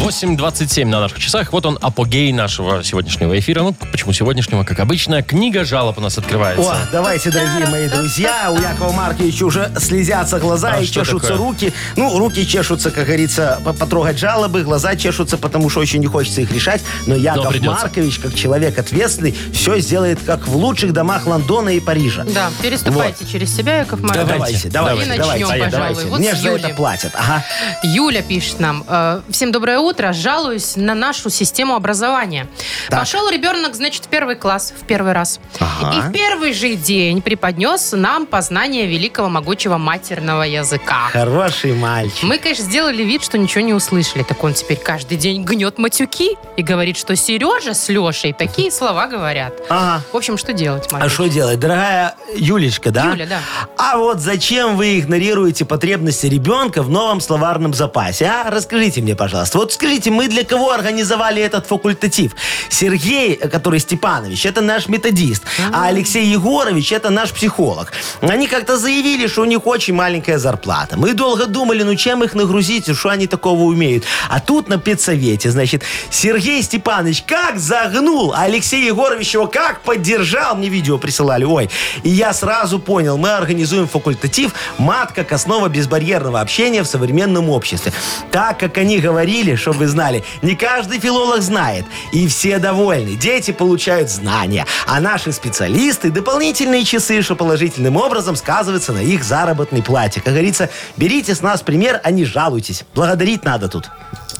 Speaker 1: 8.27 на наших часах. Вот он, апогей нашего сегодняшнего эфира. Ну, почему сегодняшнего, как обычно. Книга жалоб у нас открывается.
Speaker 3: О, давайте, дорогие мои друзья, у Якова Марковича уже слезятся глаза
Speaker 1: А
Speaker 3: и
Speaker 1: что
Speaker 3: чешутся
Speaker 1: такое?
Speaker 3: руки. Ну, руки чешутся, как говорится, по- потрогать жалобы, глаза чешутся, потому что очень не хочется их решать. Но Яков
Speaker 1: придется.
Speaker 3: Маркович, как человек ответственный, все сделает, как в лучших домах Лондона и Парижа. Ну,
Speaker 2: Да, переступайте через себя, Яков Маркович.
Speaker 3: Давайте,
Speaker 2: И
Speaker 3: давайте,
Speaker 2: начнем,
Speaker 3: давайте,
Speaker 2: пожалуй.
Speaker 3: давайте.
Speaker 2: Вот
Speaker 3: Мне
Speaker 2: с
Speaker 3: же за это
Speaker 2: Юли.
Speaker 3: платят. Ага.
Speaker 2: Юля пишет нам. э, Всем доброе утро. Жалуюсь на нашу систему образования.
Speaker 3: Так.
Speaker 2: Пошел ребенок, значит, в первый класс, в первый раз.
Speaker 3: Ага.
Speaker 2: И в первый же день преподнес нам познание великого могучего матерного языка.
Speaker 3: Хороший мальчик.
Speaker 2: Мы, конечно, сделали вид, что ничего не услышали. Так он теперь каждый день гнет матюки и говорит, что Сережа с Лешей такие слова говорят.
Speaker 3: Ага.
Speaker 2: В общем, что делать, Маша?
Speaker 3: А что делать? Дорогая Юлечка, да?
Speaker 2: Юля, да.
Speaker 3: А вот зачем вы игнорируете потребности ребенка в новом словарном запасе, а? Расскажите мне, пожалуйста. Вот Вот скажите, мы для кого организовали этот факультатив? Сергей, э, который Степанович, это наш методист, а Алексей Егорович, это наш психолог. Они как-то заявили, что у них очень маленькая зарплата. Мы долго думали, ну чем их нагрузить, и что они такого умеют. А тут на педсовете, значит, Сергей Степанович как загнул, а Алексей Егорович его как поддержал, мне видео присылали, ой. И я сразу понял, мы организуем факультатив «Мат как основа безбарьерного общения в современном обществе». Так как они говорили, чтобы вы знали, не каждый филолог знает. И все довольны. Дети получают знания. А наши специалисты дополнительные часы, что положительным образом сказывается на их заработной плате. Как говорится, берите с нас пример, а не жалуйтесь. Благодарить надо тут.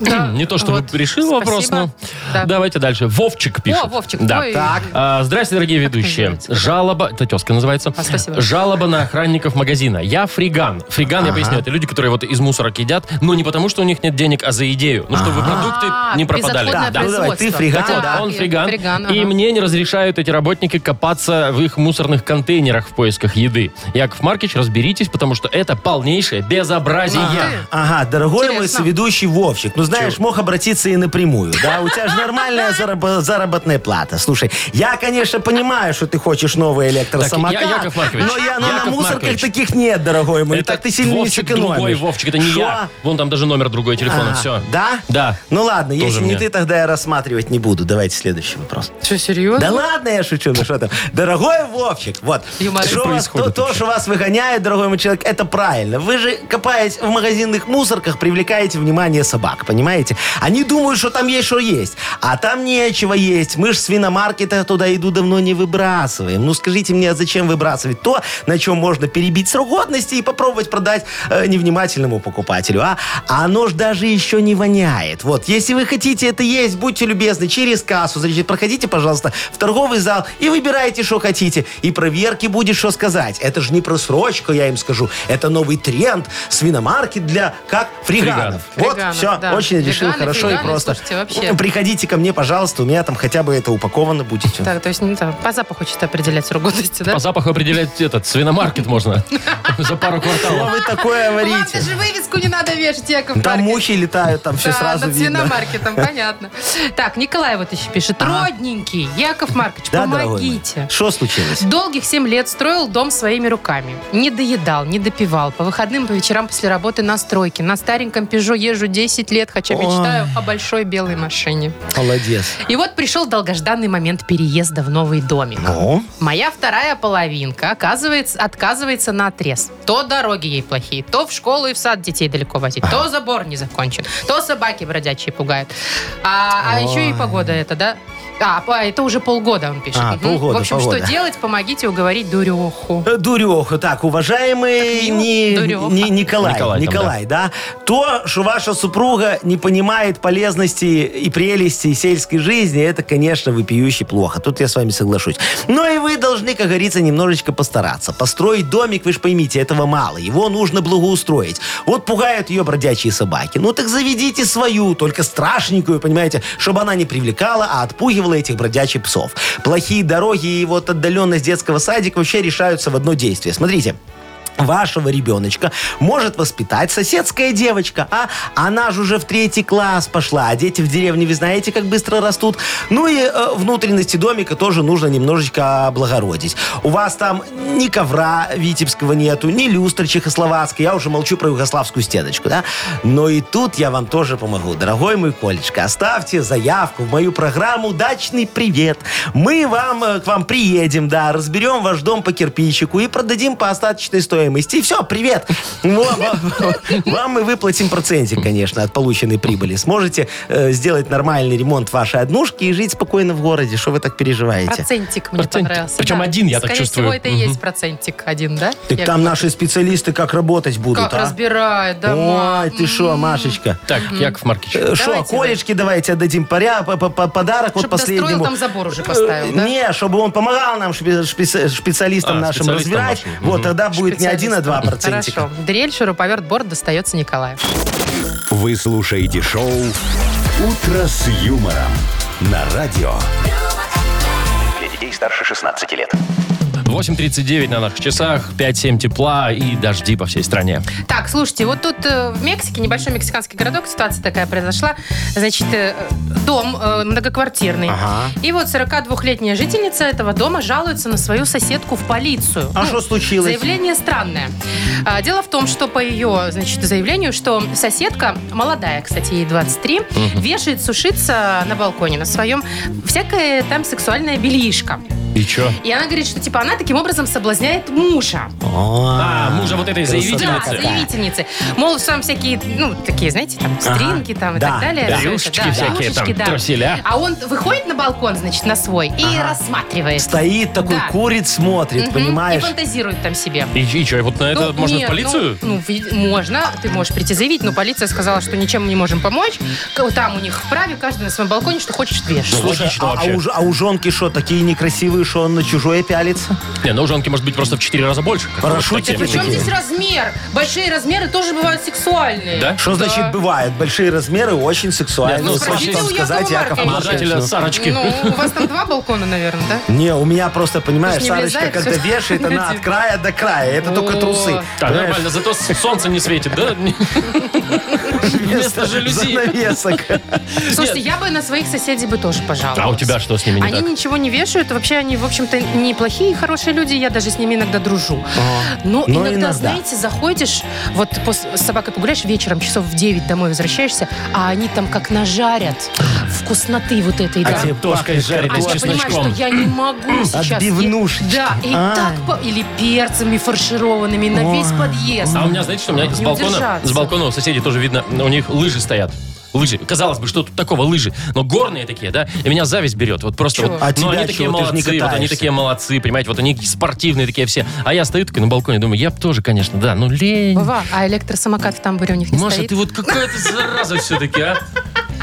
Speaker 2: Да,
Speaker 1: Не то, чтобы
Speaker 2: вот.
Speaker 1: решил вопрос, но
Speaker 2: Спасибо. Да.
Speaker 1: давайте дальше. Вовчик пишет.
Speaker 2: О, Вовчик,
Speaker 1: Да.
Speaker 2: ой,
Speaker 3: Так.
Speaker 1: А, Здрасте, дорогие ведущие.
Speaker 2: называется?
Speaker 1: Жалоба... Это тезка называется.
Speaker 2: А, спасибо.
Speaker 1: Жалоба на охранников магазина. Я фриган. Фриган, я поясню, это люди, которые вот из мусорок едят, но не потому, что у них нет денег, а за идею. Ну, чтобы продукты не пропадали.
Speaker 2: А, безотходное
Speaker 3: Да, да, ну давай, ты
Speaker 2: производство.
Speaker 3: фреган,
Speaker 1: Так вот,
Speaker 3: да.
Speaker 1: он фриган,
Speaker 2: Фреган,
Speaker 1: и
Speaker 2: ага.
Speaker 1: мне не разрешают эти работники копаться в их мусорных контейнерах в поисках еды. Яков Маркич, разберитесь, потому что это полнейшее безобразие.
Speaker 3: Ага, дорогой мой
Speaker 2: Интересно.
Speaker 3: соведущий Вовчик, ну знаешь, мог обратиться и напрямую, да? У тебя же нормальная зараб- заработная плата. Слушай, я, конечно, понимаю, что ты хочешь новый электросамокат,
Speaker 1: Я- Яков Маркович,
Speaker 3: но я, ну,
Speaker 1: Яков
Speaker 3: на мусорках
Speaker 1: Маркович.
Speaker 3: таких нет, дорогой мой, Ну так ты сильно не
Speaker 1: Вовчик другой,
Speaker 3: сэкономишь.
Speaker 1: Вовчик, это не
Speaker 3: Шо?
Speaker 1: я. Вон там даже номер другой телефона,
Speaker 3: А,
Speaker 1: все.
Speaker 3: Да?
Speaker 1: Да.
Speaker 3: Ну ладно,
Speaker 1: Тоже
Speaker 3: если
Speaker 1: мне.
Speaker 3: не ты, тогда я рассматривать не буду. Давайте следующий вопрос.
Speaker 2: Что, серьезно?
Speaker 3: Да ладно, я шучу, ну что там. Дорогой Вовчик, вот.
Speaker 2: Юморист.
Speaker 1: Что
Speaker 3: Что вас- то,
Speaker 1: происходит
Speaker 3: то,
Speaker 1: вообще?
Speaker 3: что вас выгоняет, дорогой мой человек, это правильно. Вы же, копаясь в магазинных мусорках, привлекаете внимание собак, понимаете? Они думают, что там есть что есть, а там нечего есть. Мы ж свиномаркета туда иду давно не выбрасываем. Ну скажите мне, а зачем выбрасывать то, на чем можно перебить срок годности и попробовать продать э, невнимательному покупателю, а? А оно ж даже еще не воняет. Вот, если вы хотите это есть, будьте любезны, через кассу, значит, проходите, пожалуйста, в торговый зал и выбирайте, что хотите. И проверки будет, что сказать. Это же не просрочка, я им скажу. Это новый тренд свиномаркет для, как, фриганов.
Speaker 1: Фриганов.
Speaker 3: Вот,
Speaker 2: Фриганов,
Speaker 3: все,
Speaker 2: да.
Speaker 3: очень решил
Speaker 2: Фриганы,
Speaker 3: хорошо и
Speaker 2: фриганы,
Speaker 3: просто.
Speaker 2: слушайте, вообще.
Speaker 3: Приходите ко мне, пожалуйста, у меня там хотя бы это упаковано будет. всё.
Speaker 2: Так, то есть, ну, там, по запаху что-то определять срок годности, да?
Speaker 1: По запаху определять этот свиномаркет можно. За пару
Speaker 3: Что
Speaker 1: кварталов.
Speaker 3: вы такое
Speaker 2: Ладно
Speaker 3: говорите?
Speaker 2: же, вывеску не надо вешать, Яков
Speaker 3: Там
Speaker 2: Маркович.
Speaker 3: мухи летают, там все
Speaker 2: Да,
Speaker 3: сразу
Speaker 2: над
Speaker 3: видно.
Speaker 2: свиномаркетом, понятно. Так, Николай вот еще пишет.
Speaker 3: Ага.
Speaker 2: Родненький, Яков Маркович,
Speaker 3: Да, дорогой мой?
Speaker 2: помогите.
Speaker 3: Что случилось?
Speaker 2: Долгих семь лет строил дом своими руками. Не доедал, не допивал. По выходным, по вечерам после работы на стройке. На стареньком Пежо езжу 10 лет, хотя
Speaker 3: Ой.
Speaker 2: мечтаю о большой белой машине.
Speaker 3: Молодец.
Speaker 2: И вот пришел долгожданный момент переезда в новый домик.
Speaker 3: Ну?
Speaker 2: Моя вторая половинка оказывается, отказывается на отрез. То дороги ей плохие, то в школу и в сад детей далеко возить, то забор не закончен, то собаки бродячие пугают. А, а еще и погода это, да? А, по- это уже полгода, он пишет.
Speaker 3: А,
Speaker 2: Мгм.
Speaker 3: полгода,
Speaker 2: В общем,
Speaker 3: погода.
Speaker 2: что делать? Помогите уговорить дуреху.
Speaker 3: Э, Дуреха. Так, уважаемый
Speaker 2: Так, ну,
Speaker 3: Ни-
Speaker 2: дуреха.
Speaker 3: Ни- Николай,
Speaker 1: Николай
Speaker 3: Николай,
Speaker 1: там,
Speaker 3: да. то, что ваша супруга не понимает полезности и прелести сельской жизни, это, конечно, вопиюще плохо. Тут я с вами соглашусь. Но и вы должны, как говорится, немножечко постараться. Построить домик, вы же поймите, этого мало. Его нужно благоустроить. Вот пугают ее бродячие собаки. Ну так заведите свою, только страшненькую, понимаете, чтобы она не привлекала, а отпугивала этих бродячих псов. Плохие дороги и вот отдаленность детского садика вообще решаются в одно действие. Смотрите вашего ребеночка может воспитать соседская девочка, а она же уже в третий класс пошла, а дети в деревне, вы знаете, как быстро растут. Ну и э, внутренности домика тоже нужно немножечко облагородить. У вас там ни ковра витебского нету, ни люстры чехословацкой, я уже молчу про югославскую стеночку, да? Но и тут я вам тоже помогу. Дорогой мой Колечка, оставьте заявку в мою программу «Дачный привет». Мы вам, э, к вам приедем, да, разберем ваш дом по кирпичику и продадим по остаточной стоимости. И все, привет. Ну, а Вам вам мы выплатим процентик, конечно, от полученной прибыли. Сможете э, сделать нормальный ремонт вашей однушки и жить спокойно в городе. Что вы так переживаете?
Speaker 2: Процентик мне
Speaker 1: Процентик.
Speaker 2: понравился.
Speaker 1: Причем
Speaker 2: да.
Speaker 1: один, я так
Speaker 2: Скорее
Speaker 1: чувствую.
Speaker 2: всего, это и есть процентик один, да?
Speaker 3: Так
Speaker 2: Я
Speaker 3: там наши специалисты как работать будут,
Speaker 2: Как
Speaker 3: а?
Speaker 2: разбирают дома. М-м-м. М-м.
Speaker 3: Ой, ты что, Машечка?
Speaker 1: Так, Яков Маркич.
Speaker 3: Что,
Speaker 2: Давайте,
Speaker 3: колечки давайте отдадим поря- по- по- по- подарок вот
Speaker 2: Чтоб достроил,
Speaker 3: последнему.
Speaker 2: там забор уже поставил, да?
Speaker 3: Э, Не, чтобы он помогал нам, шпи- шпи- специалистам
Speaker 1: А,
Speaker 3: нашим
Speaker 1: специалистам
Speaker 3: разбирать.
Speaker 1: нашим,
Speaker 3: Вот
Speaker 1: мгм.
Speaker 3: тогда будет не один, а два процентика.
Speaker 2: Хорошо. Дрель, шуруповерт, борт достается Николаю.
Speaker 4: Вы слушаете шоу «Утро с юмором» на радио.
Speaker 6: Для детей старше 16 лет.
Speaker 1: 8.39 на наших часах, 5-7 тепла и дожди по всей стране.
Speaker 2: Так, слушайте, вот тут э, в Мексике, небольшой мексиканский городок, ситуация такая произошла. Значит, э, дом э, многоквартирный.
Speaker 3: Ага.
Speaker 2: И вот 42-летняя жительница этого дома жалуется на свою соседку в полицию.
Speaker 3: А
Speaker 2: Ну,
Speaker 3: что случилось?
Speaker 2: Заявление странное. А, Дело в том, что по ее значит, заявлению, что соседка, молодая, кстати, ей 23, вешает сушиться на балконе на своем всякое там сексуальное бельишко.
Speaker 1: И чё?
Speaker 2: И она говорит, что типа она таким образом соблазняет мужа.
Speaker 1: А, мужа вот этой
Speaker 2: Да,
Speaker 1: заявительницы?
Speaker 2: заявительницы. Мол, там всякие, ну, такие, знаете, там, стринги там и
Speaker 3: Да,
Speaker 2: так далее.
Speaker 1: да.
Speaker 2: Всё это,
Speaker 1: Рюшечки всякие
Speaker 2: рюшечки,
Speaker 1: там, труселя.
Speaker 2: А он выходит на балкон, значит, на свой и рассматривает.
Speaker 3: Стоит такой,
Speaker 2: Да.
Speaker 3: курит, смотрит,
Speaker 2: Мгм.
Speaker 3: понимаешь?
Speaker 2: И фантазирует там себе.
Speaker 1: И, и чё, и вот на это
Speaker 2: Ну,
Speaker 1: можно
Speaker 2: нет,
Speaker 1: в полицию?
Speaker 2: Ну, ну, ви- можно, ты можешь прийти заявить, но полиция сказала, что ничем мы не можем помочь. К- Там у них вправе, каждый на своем балконе, что хочешь, вешай.
Speaker 1: Ну, логично
Speaker 3: а, а
Speaker 1: вообще.
Speaker 3: у, ж- а у жонки что, такие некрасивые, что он на чужое пялится?
Speaker 1: Не, ну у Жонки может быть просто в 4 раза больше. как
Speaker 3: Парашютики
Speaker 1: вот такие.
Speaker 2: Причем
Speaker 3: такие.
Speaker 2: здесь размер? Большие размеры тоже бывают сексуальные.
Speaker 1: Да?
Speaker 3: Что значит бывает? Большие размеры очень сексуальные.
Speaker 1: Нет, ну,
Speaker 3: Что
Speaker 1: спросите
Speaker 3: там
Speaker 2: у Якова
Speaker 3: сказать, Яков
Speaker 2: Марковича.
Speaker 3: Маркович,
Speaker 1: Обладателя
Speaker 3: ну.
Speaker 1: Сарочки.
Speaker 2: Ну, у вас там два балкона, наверное, да?
Speaker 3: Не, у меня просто, понимаешь,
Speaker 2: Ты ж не
Speaker 3: Сарочка,
Speaker 2: влезает
Speaker 3: когда
Speaker 2: всё.
Speaker 3: вешает, она от края до края. Это только
Speaker 2: О.
Speaker 3: трусы.
Speaker 1: Так,
Speaker 3: Понимаешь?
Speaker 1: нормально, зато с- солнце не светит, да? Вместо жалюзи.
Speaker 3: Занавесок.
Speaker 2: Слушайте, я бы на своих соседей бы тоже пожаловалась.
Speaker 1: А у тебя что с ними не
Speaker 2: Они
Speaker 1: так?
Speaker 2: ничего не вешают. Вообще они, в общем-то, неплохие и хорошие люди. Я даже с ними иногда дружу. Но,
Speaker 3: Но
Speaker 2: иногда,
Speaker 3: иногда.
Speaker 2: знаете, заходишь, вот пос- с собакой погуляешь вечером, часов в 9 домой возвращаешься, а они там как нажарят вкусноты вот этой. да.
Speaker 3: тебе
Speaker 1: Картошкой
Speaker 3: пахнет
Speaker 1: жареной
Speaker 2: А
Speaker 1: А с
Speaker 2: я понимаю, что
Speaker 1: чесночком.
Speaker 2: я не могу сейчас... е-
Speaker 3: Отбивнушечки.
Speaker 2: Да, и
Speaker 3: А.
Speaker 2: так... по- Или перцами фаршированными на весь подъезд.
Speaker 1: А у меня, знаете, что у меня с
Speaker 2: Не
Speaker 1: балкона,
Speaker 2: удержаться.
Speaker 1: с балкона у соседей тоже видно, у них лыжи стоят. Лыжи. Казалось бы, что тут такого лыжи? Но горные такие, да? И меня зависть берет. Вот просто
Speaker 2: Чего?
Speaker 1: вот.
Speaker 3: А
Speaker 1: ну,
Speaker 3: тебя
Speaker 1: они такие
Speaker 3: чего? Ты ж не
Speaker 1: молодцы, вот они
Speaker 3: катаешься.
Speaker 1: такие молодцы, понимаете, вот они спортивные такие все. А я стою такой на балконе, думаю, я бы тоже, конечно, да, ну лень.
Speaker 2: Вова, а электросамокат в тамбуре у них не
Speaker 1: Маша,
Speaker 2: стоит?
Speaker 1: ты вот какая ты зараза все-таки, а?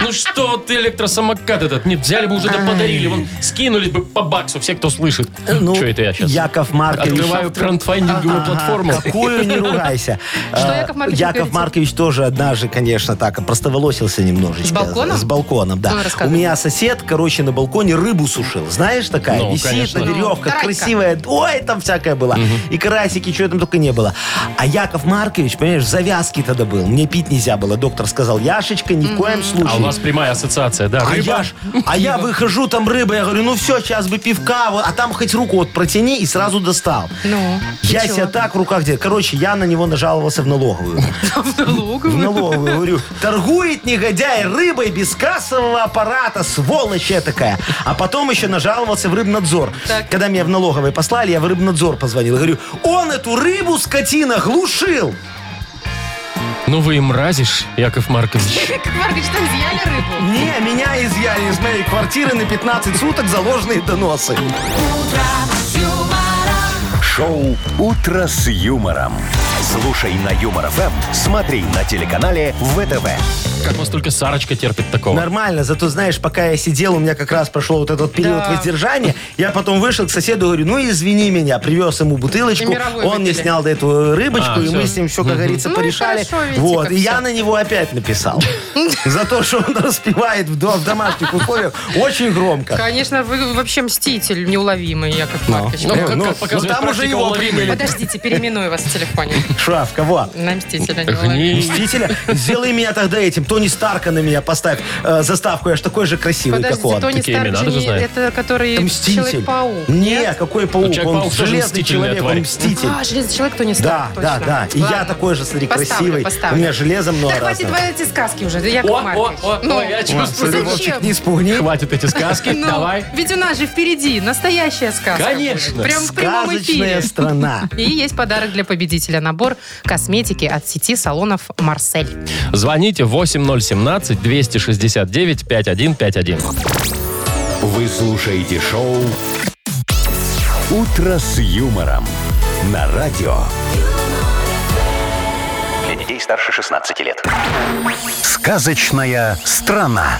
Speaker 1: Ну что вот ты электросамокат этот? Не взяли бы уже, да подарили. Вон, скинули бы по баксу все, кто слышит.
Speaker 3: Ну,
Speaker 1: что это я сейчас?
Speaker 3: Яков Маркович.
Speaker 1: Открываю краундфандинговую
Speaker 3: Ага,
Speaker 1: платформу.
Speaker 3: Какую, не ругайся.
Speaker 2: Что,
Speaker 3: Э,
Speaker 2: Яков Маркович,
Speaker 3: Яков
Speaker 2: говорите?
Speaker 3: Маркович тоже однажды, конечно, так, простоволосился немножечко.
Speaker 2: С балкона?
Speaker 3: С балконом,
Speaker 2: Ну,
Speaker 3: да. У
Speaker 2: рассказывай.
Speaker 3: меня сосед, короче, на балконе рыбу сушил. Знаешь, такая?
Speaker 1: Ну,
Speaker 3: Висит
Speaker 1: конечно.
Speaker 3: на
Speaker 1: Ну,
Speaker 3: веревках,
Speaker 2: карась-ка.
Speaker 3: красивая. Ой, там всякое было. И карасики, чего там только не было. А Яков Маркович, понимаешь, в завязке тогда был. Мне пить нельзя было. Доктор сказал, Яшечка, ни в коем случае.
Speaker 1: А у вас прямая ассоциация, да?
Speaker 3: А
Speaker 1: рыба?
Speaker 3: я, ж- а я выхожу, там рыба, я говорю, ну все, сейчас бы пивка, вот, а там хоть руку вот протяни и сразу достал.
Speaker 2: Ну,
Speaker 3: Я
Speaker 2: и чего?
Speaker 3: себя так в руках держу. Короче, я на него нажаловался в налоговую.
Speaker 2: В налоговую?
Speaker 3: В налоговую, говорю. Торгует негодяй рыбой без кассового аппарата, сволочь я такая. А потом еще нажаловался в рыбнадзор.
Speaker 2: Так.
Speaker 3: Когда меня в налоговой послали, я в рыбнадзор позвонил. Говорю, он эту рыбу, скотина, глушил.
Speaker 1: Ну вы им мразишь, Яков Маркович.
Speaker 2: Яков Маркович, там изъяли рыбу.
Speaker 3: Не, меня изъяли из моей квартиры на 15 суток за ложные доносы.
Speaker 4: Шоу «Утро с юмором». Слушай на Юмор ФМ, смотри на телеканале ВТВ.
Speaker 1: Как вас только Сарочка терпит такого.
Speaker 3: Нормально, зато знаешь, пока я сидел, у меня как раз прошел вот этот период
Speaker 2: Да.
Speaker 3: воздержания. Я потом вышел к соседу, говорю, ну извини меня, привез ему бутылочку,
Speaker 2: И мировой
Speaker 3: он мне
Speaker 2: выпили.
Speaker 3: снял эту рыбочку,
Speaker 1: А,
Speaker 3: и
Speaker 1: всё.
Speaker 3: мы с ним все, как говорится,
Speaker 2: Ну и
Speaker 3: порешали.
Speaker 2: хорошо, видите,
Speaker 3: вот,
Speaker 2: как
Speaker 3: и
Speaker 2: всё.
Speaker 3: я на него опять написал. За то, что он распевает в до- в домашних условиях очень громко.
Speaker 2: Конечно, вы вообще мститель неуловимый, Яков Маркович.
Speaker 1: Ну, как,
Speaker 3: ну,
Speaker 1: как показывает
Speaker 3: ну, там уже
Speaker 1: практика,
Speaker 3: его
Speaker 1: уловимый.
Speaker 3: приняли.
Speaker 2: Подождите, переименую вас в телефоне.
Speaker 3: Шраф, кого?
Speaker 2: На мстителя неуловимый.
Speaker 1: Гни.
Speaker 3: Мстителя? Сделай меня тогда этим. Тони Старка на меня поставь э, заставку. Я ж такой же красивый, как
Speaker 2: Подождите,
Speaker 3: он.
Speaker 2: Тони
Speaker 1: Такие
Speaker 2: Старк
Speaker 1: имена
Speaker 2: же
Speaker 1: даже
Speaker 2: не-
Speaker 1: знает.
Speaker 2: это который
Speaker 3: Мститель.
Speaker 2: Человек-паук.
Speaker 3: Не, какой паук? Он
Speaker 1: Человек-паук тоже
Speaker 3: железный
Speaker 1: мстительная
Speaker 3: человек,
Speaker 1: тварь.
Speaker 3: он мститель.
Speaker 2: А, Железный человек Тони
Speaker 3: Да,
Speaker 2: Старк.
Speaker 3: да,
Speaker 2: точно.
Speaker 3: да. И я
Speaker 2: Ладно.
Speaker 3: такой же, смотри,
Speaker 2: Поставлю,
Speaker 3: красивый.
Speaker 2: поставлю.
Speaker 3: У меня железо много
Speaker 2: Да хватит
Speaker 3: разного.
Speaker 2: твои эти сказки уже, да,
Speaker 1: О,
Speaker 2: Яков
Speaker 1: о,
Speaker 2: Маркович.
Speaker 1: о,
Speaker 2: Ну,
Speaker 1: о, я чувствую.
Speaker 2: Зачем?
Speaker 3: Вовчик, не спугни.
Speaker 1: Хватит эти сказки,
Speaker 2: Ну,
Speaker 1: давай.
Speaker 2: Ведь у нас же впереди настоящая сказка.
Speaker 1: Конечно.
Speaker 2: будет. Прям в прямом
Speaker 3: Сказочная
Speaker 2: эфире.
Speaker 3: страна.
Speaker 2: И есть подарок для победителя. Набор косметики от сети салонов «Марсель».
Speaker 1: Звоните 8017-269-5151.
Speaker 4: Вы слушаете шоу «Утро с юмором» на радио.
Speaker 6: Для детей старше 16 лет.
Speaker 4: Сказочная страна.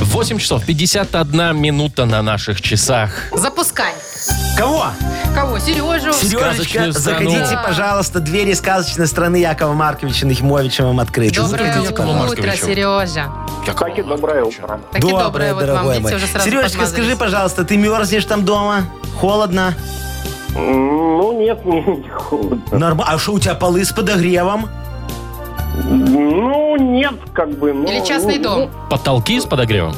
Speaker 1: 8 часов 51 минута на наших часах.
Speaker 2: Запускай.
Speaker 3: Кого?
Speaker 2: Кого? Сережу?
Speaker 3: Сережечка,
Speaker 1: Сказочную страну.
Speaker 3: заходите, пожалуйста, двери сказочной страны Якова Марковича Нахимовича вам открыты.
Speaker 2: Доброе
Speaker 1: Только Якову
Speaker 2: утро,
Speaker 1: Марковичу.
Speaker 2: Сережа.
Speaker 1: Как его?
Speaker 2: Так и доброе, вот вам, видите, уже сразу
Speaker 3: Сережечка,
Speaker 2: подмазались.
Speaker 3: скажи, пожалуйста, ты мерзнешь там дома? Холодно?
Speaker 8: Ну, нет, мне не холодно.
Speaker 3: Нормально. А что у тебя полы с подогревом?
Speaker 8: Ну, нет, как бы. ну,
Speaker 2: Или частный
Speaker 8: ну,
Speaker 2: дом?
Speaker 1: Потолки с подогревом?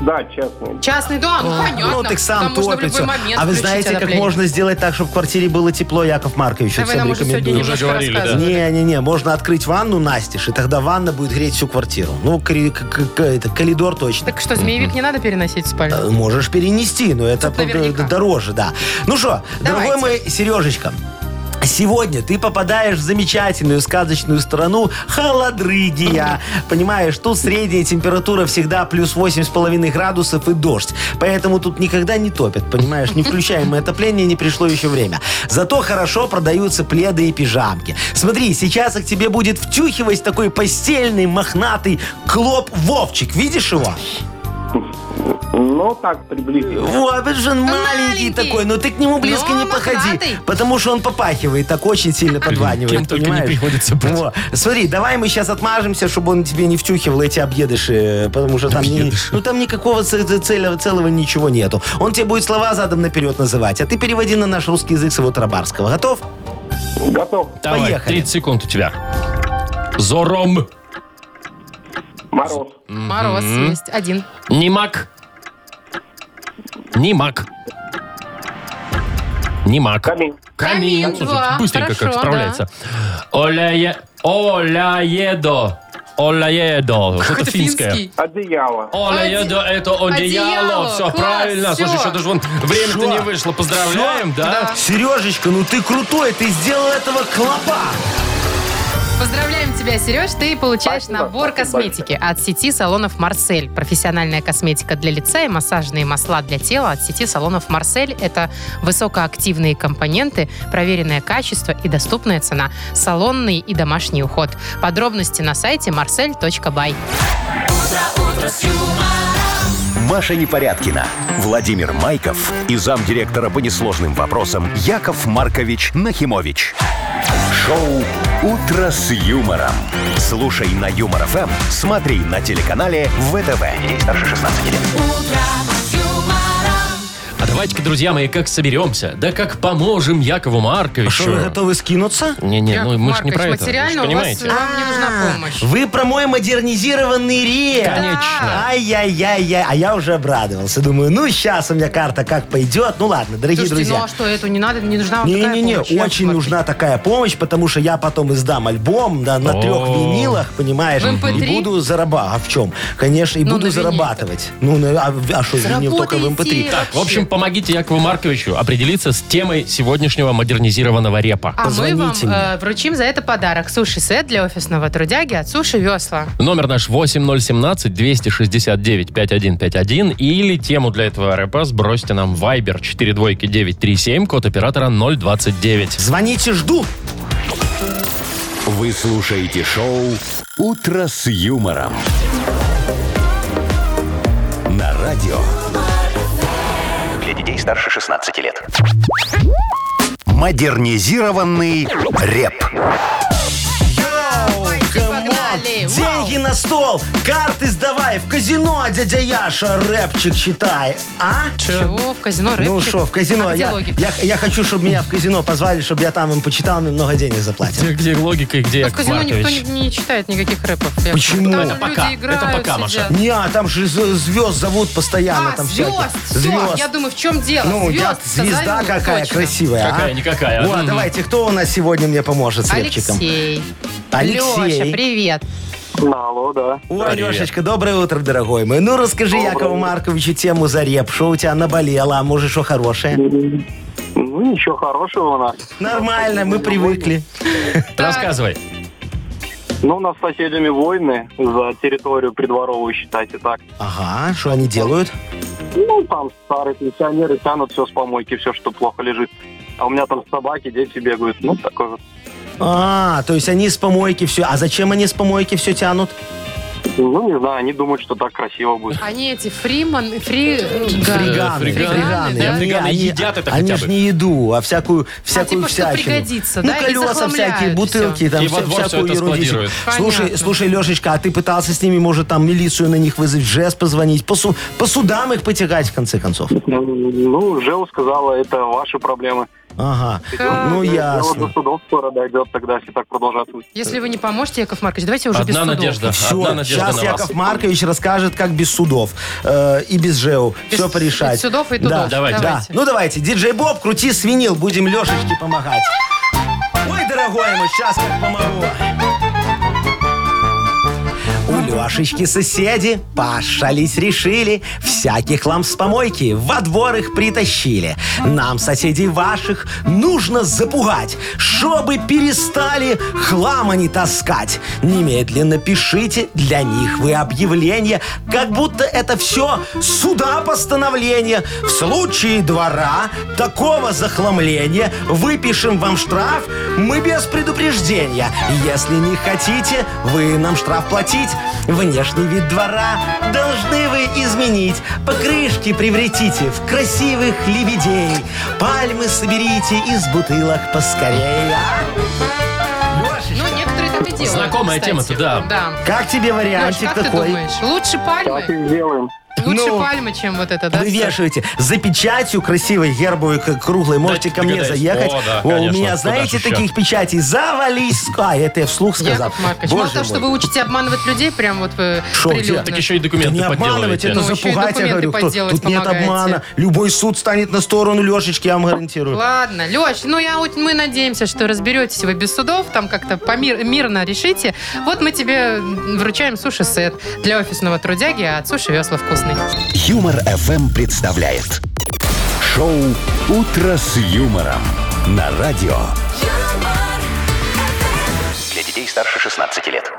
Speaker 8: ну, Да, частный.
Speaker 2: Частный дом, ну, понятно.
Speaker 3: Ну, так сам
Speaker 2: Там можно в
Speaker 3: топит.
Speaker 2: любой
Speaker 3: всё.
Speaker 2: момент
Speaker 3: А вы
Speaker 2: включить
Speaker 3: знаете, как
Speaker 2: отопление.
Speaker 3: можно сделать так, чтобы в квартире было тепло, Яков Маркович?
Speaker 2: Да
Speaker 3: вот
Speaker 2: вы
Speaker 3: всем
Speaker 2: нам уже сегодня
Speaker 3: рекомендую.
Speaker 1: Уже
Speaker 2: немножко
Speaker 1: говорили, да.
Speaker 2: рассказывали.
Speaker 3: Не-не-не, можно открыть ванну настежь, и тогда ванна будет греть всю квартиру. Ну, кори- к- к- к- это, коридор точно.
Speaker 2: Так что, змеевик не надо переносить в
Speaker 3: Э,
Speaker 2: спальню?
Speaker 3: Можешь перенести, но это
Speaker 2: Тут наверняка.
Speaker 3: дороже, да. Ну что, дорогой мой Сережечка, Сегодня ты попадаешь в замечательную сказочную страну Холодрыгия. Понимаешь, тут средняя температура всегда плюс 8,5 градусов и дождь. Поэтому тут никогда не топят, понимаешь? Невключаемое отопление не пришло еще время. Зато хорошо продаются пледы и пижамки. Смотри, сейчас к тебе будет втюхивать такой постельный, мохнатый клоп Вовчик. Видишь его?
Speaker 8: Ну, так, приблизительно.
Speaker 3: Вот, это же он маленький
Speaker 2: маленький.
Speaker 3: такой, но ты к нему близко
Speaker 2: Но
Speaker 3: не подходи,
Speaker 2: мохнатый.
Speaker 3: потому что он попахивает, так очень сильно
Speaker 1: Кем
Speaker 3: подванивает,
Speaker 1: только не
Speaker 3: понимаешь?
Speaker 1: приходится быть.
Speaker 3: Во. Смотри, давай мы сейчас отмажемся, чтобы он тебе не втюхивал эти объедыши, э, потому что там, не, ну, там никакого ц- ц- целого, целого ничего нету. Он тебе будет слова задом наперед называть, а ты переводи на наш русский язык с его тарабарского. Готов?
Speaker 8: Готов.
Speaker 1: Давай,
Speaker 3: Поехали.
Speaker 1: 30 секунд у тебя. Зором.
Speaker 8: Мороз.
Speaker 3: Э,
Speaker 2: Мороз
Speaker 1: м-м.
Speaker 2: есть. Один.
Speaker 1: Нимак. Нимак. Нимак.
Speaker 8: Камень.
Speaker 2: Камин,
Speaker 1: Слушай,
Speaker 2: два.
Speaker 1: быстренько как
Speaker 2: Хорошо,
Speaker 1: справляется. Оляе... Оляедо. Оляедо. Вот это
Speaker 2: Какой-то
Speaker 1: финское.
Speaker 2: финский.
Speaker 8: Одеяло.
Speaker 1: Оляедо, это одеяло.
Speaker 2: одеяло.
Speaker 1: Все
Speaker 2: Класс,
Speaker 1: правильно.
Speaker 2: всё.
Speaker 1: Слушай, что даже вон время-то
Speaker 3: Всё.
Speaker 1: не вышло. Поздравляем, да?
Speaker 3: Сережечка, ну ты крутой, ты сделал этого клопа.
Speaker 2: Поздравляем тебя, Сереж. Ты получаешь
Speaker 8: Спасибо,
Speaker 2: набор
Speaker 8: спасибо
Speaker 2: косметики от сети салонов «Марсель». Профессиональная косметика для лица и массажные масла для тела от сети салонов «Марсель». Это высокоактивные компоненты, проверенное качество и доступная цена. Салонный и домашний уход. Подробности на сайте marsel.by.
Speaker 4: Маша Непорядкина, Владимир Майков и замдиректора по несложным вопросам Яков Маркович Нахимович. Шоу «Утро с юмором». Слушай на Юмор ФМ, смотри на телеканале ВТВ. Ей старше 16 лет.
Speaker 1: А давайте-ка, друзья мои, как соберемся. Да как поможем Якову Марковичу.
Speaker 3: Что, вы готовы скинуться?
Speaker 1: Не-не, ну мы же не
Speaker 2: Маркович,
Speaker 1: про это. вы ж
Speaker 2: материально у вас
Speaker 3: А,
Speaker 1: понимаете.
Speaker 2: э, вам не нужна помощь.
Speaker 3: Вы про мой модернизированный рек.
Speaker 1: Конечно.
Speaker 3: Ай-яй-яй-яй. А я уже обрадовался. Думаю, ну сейчас у меня карта как пойдет. Ну ладно, дорогие
Speaker 2: Слушайте, ну
Speaker 3: друзья.
Speaker 2: а что, эту не надо, не нужна вам такая
Speaker 3: Не-не-не,
Speaker 2: помощь, Яков
Speaker 3: очень
Speaker 2: Маркович?
Speaker 3: нужна такая помощь, потому что я потом издам альбом да, на
Speaker 1: О.
Speaker 3: трех винилах, понимаешь,
Speaker 2: В MP3?
Speaker 3: и буду зарабатывать. А в чем? Конечно, и
Speaker 2: Ну,
Speaker 3: буду
Speaker 2: на виниле-то.
Speaker 3: зарабатывать. Ну, на- а, а что, винил только в
Speaker 2: Заработаете.
Speaker 3: MP3?
Speaker 1: Так, в общем, помогите Якову Марковичу определиться с темой сегодняшнего модернизированного репа.
Speaker 2: А мы вам
Speaker 3: Позвоните
Speaker 2: э, вручим за это подарок. Суши-сет для офисного трудяги от Суши Весла.
Speaker 1: Номер наш 8017-269-5151 или тему для этого рэпа сбросьте нам Viber 42937, код оператора 029.
Speaker 3: Звоните, жду.
Speaker 4: Вы слушаете шоу «Утро с юмором». На радио
Speaker 6: Для детей старше 16 лет.
Speaker 4: «Модернизированный реп».
Speaker 3: Йоу, камон.
Speaker 2: погнали. Вау.
Speaker 3: Деньги на стол, карты сдавай, в казино, а дядя Яша, рэпчик читай. А?
Speaker 2: Чего? В казино рыбчик?
Speaker 3: Ну что, в казино.
Speaker 2: А где
Speaker 3: я,
Speaker 2: логика?
Speaker 3: я, я хочу, чтобы меня в казино позвали, чтобы я там им почитал, мне много денег заплатил.
Speaker 1: Где, где логика и где
Speaker 2: Ну, в
Speaker 1: Яков
Speaker 2: казино никто не,
Speaker 1: Маркович?
Speaker 2: не читает никаких рэпов. Яков.
Speaker 3: Почему?
Speaker 2: Там
Speaker 3: Это
Speaker 2: люди
Speaker 1: пока.
Speaker 2: играют,
Speaker 1: Это пока,
Speaker 2: сидят.
Speaker 1: Маша.
Speaker 3: Не, а там же звезд зовут постоянно.
Speaker 2: А,
Speaker 3: там
Speaker 2: звезд,
Speaker 3: всяких.
Speaker 2: все. Я думаю, в чем дело?
Speaker 3: Ну,
Speaker 2: звезд,
Speaker 3: я-
Speaker 2: сказали,
Speaker 3: звезда
Speaker 2: ну,
Speaker 3: какая
Speaker 2: точно.
Speaker 3: красивая. а?
Speaker 1: Какая-никакая.
Speaker 3: Вот,
Speaker 1: Мгм.
Speaker 3: давайте, кто у нас сегодня мне поможет с репчиком?
Speaker 2: Алексей.
Speaker 3: Алексей.
Speaker 2: Леша, привет.
Speaker 5: Алло, да.
Speaker 3: О,
Speaker 1: Привет.
Speaker 3: Лешечка, доброе утро, дорогой мой. Ну, расскажи Якову Марковичу тему за реп. Что у тебя наболело, а может, что хорошее?
Speaker 5: Ну, ничего хорошего у нас.
Speaker 3: Нормально, мы привыкли.
Speaker 1: Рассказывай.
Speaker 5: Ну, у нас с соседями войны за территорию придворовую, считайте так.
Speaker 3: Ага, что они делают?
Speaker 5: Ну, там старые пенсионеры тянут все с помойки, все, что плохо лежит. А у меня там собаки, дети бегают. Ну, такой вот.
Speaker 3: А, то есть они с помойки все. А зачем они с помойки все тянут?
Speaker 5: Ну, не знаю, они думают, что так красиво будет.
Speaker 2: Они эти фриман, фри...
Speaker 3: Фриганы,
Speaker 1: фриганы,
Speaker 3: фриганы,
Speaker 2: да?
Speaker 3: Не,
Speaker 1: Фриганы
Speaker 3: они-
Speaker 1: едят это
Speaker 3: Они
Speaker 1: хотя
Speaker 3: же
Speaker 1: бы.
Speaker 3: не еду, а всякую, всякую
Speaker 2: типа, что
Speaker 3: всячину.
Speaker 2: пригодится,
Speaker 3: ну,
Speaker 2: да, и
Speaker 3: колеса
Speaker 2: захламляют
Speaker 3: всякие,
Speaker 2: всё.
Speaker 3: бутылки, там
Speaker 1: И во
Speaker 3: вся-
Speaker 1: двор всё
Speaker 3: всякую
Speaker 1: это
Speaker 3: ерундичку.
Speaker 1: складируют.
Speaker 3: Слушай,
Speaker 2: Понятно.
Speaker 3: слушай, Лешечка, а ты пытался с ними, может, там милицию на них вызвать, в ЖЭС позвонить, по, су- по судам их потягать, в конце концов?
Speaker 5: Ну, Жел сказала, это ваши проблемы.
Speaker 3: Ага.
Speaker 2: Так.
Speaker 3: Ну,
Speaker 5: Дело
Speaker 3: ясно.
Speaker 5: до судов скоро дойдет тогда, если так продолжаться.
Speaker 2: Если вы не поможете, Яков Маркович, давайте уже без
Speaker 1: Одна
Speaker 2: судов.
Speaker 1: надежда.
Speaker 3: Все,
Speaker 1: Одна надежда
Speaker 3: сейчас
Speaker 1: на вас.
Speaker 3: Яков Маркович расскажет, как без судов э, и без ЖЭУ.
Speaker 2: Без-
Speaker 3: все порешать.
Speaker 2: без судов и
Speaker 3: Да,
Speaker 2: тудов.
Speaker 1: Давайте.
Speaker 3: да. Ну давайте, диджей Боб, крути свинил, будем Лешечке помогать. Ой, дорогой ему, сейчас как помогу. У Лешечки соседи пошалить решили, всяких хлам с помойки во двор их притащили. Нам, соседей ваших, нужно запугать, чтобы перестали хлам они таскать. Немедленно пишите для них вы объявление, как будто это все суда постановление. В случае двора такого захламления выпишем вам штраф мы без предупреждения. Если не хотите, вы нам штраф платить. Внешний вид двора должны вы изменить. Покрышки превратите в красивых лебедей. Пальмы соберите из бутылок поскорее. а? Лешечка,
Speaker 2: Ну, некоторые так и делают.
Speaker 1: Знакомая
Speaker 2: кстати.
Speaker 1: тема-то, да.
Speaker 2: Да.
Speaker 3: как тебе
Speaker 2: Леш,
Speaker 3: вариантик
Speaker 2: как ты
Speaker 3: такой?
Speaker 2: думаешь, лучше
Speaker 5: Так
Speaker 2: пальмы?
Speaker 5: и сделаем.
Speaker 2: Лучше
Speaker 3: Ну,
Speaker 2: пальмы, чем вот это, да?
Speaker 3: Вы вешаете за печатью красивой гербовой к- круглой. Можете ко мне
Speaker 1: догадаюсь.
Speaker 3: заехать.
Speaker 1: О, да,
Speaker 3: О, у
Speaker 1: конечно.
Speaker 3: меня,
Speaker 1: Куда
Speaker 3: знаете,
Speaker 1: же еще?
Speaker 3: таких печатей завались. А, это я вслух сказал.
Speaker 2: Яков Маркович, мало
Speaker 3: Боже
Speaker 2: того, что
Speaker 3: мой.
Speaker 2: вы учите обманывать людей, прям вот э,
Speaker 3: Шо, где?
Speaker 2: прилюдно.
Speaker 1: Так еще и
Speaker 3: Да
Speaker 1: документы
Speaker 3: не обманывать,
Speaker 1: подделываете.
Speaker 3: это
Speaker 2: Ну, еще и
Speaker 3: запугать, я
Speaker 2: документы
Speaker 3: говорю. кто-
Speaker 2: подделывать
Speaker 3: тут нет
Speaker 2: помогаете.
Speaker 3: обмана. Любой суд станет на сторону Лешечки, я вам гарантирую.
Speaker 2: Ладно, Леш, ну я, вот- мы надеемся, что разберетесь вы без судов, там как-то помир, мирно решите. Вот мы тебе вручаем суши-сет для офисного трудяги, а от суши весла вкусный.
Speaker 4: Юмор FM представляет шоу Утро с юмором на радио.
Speaker 6: Для детей старше 16 лет.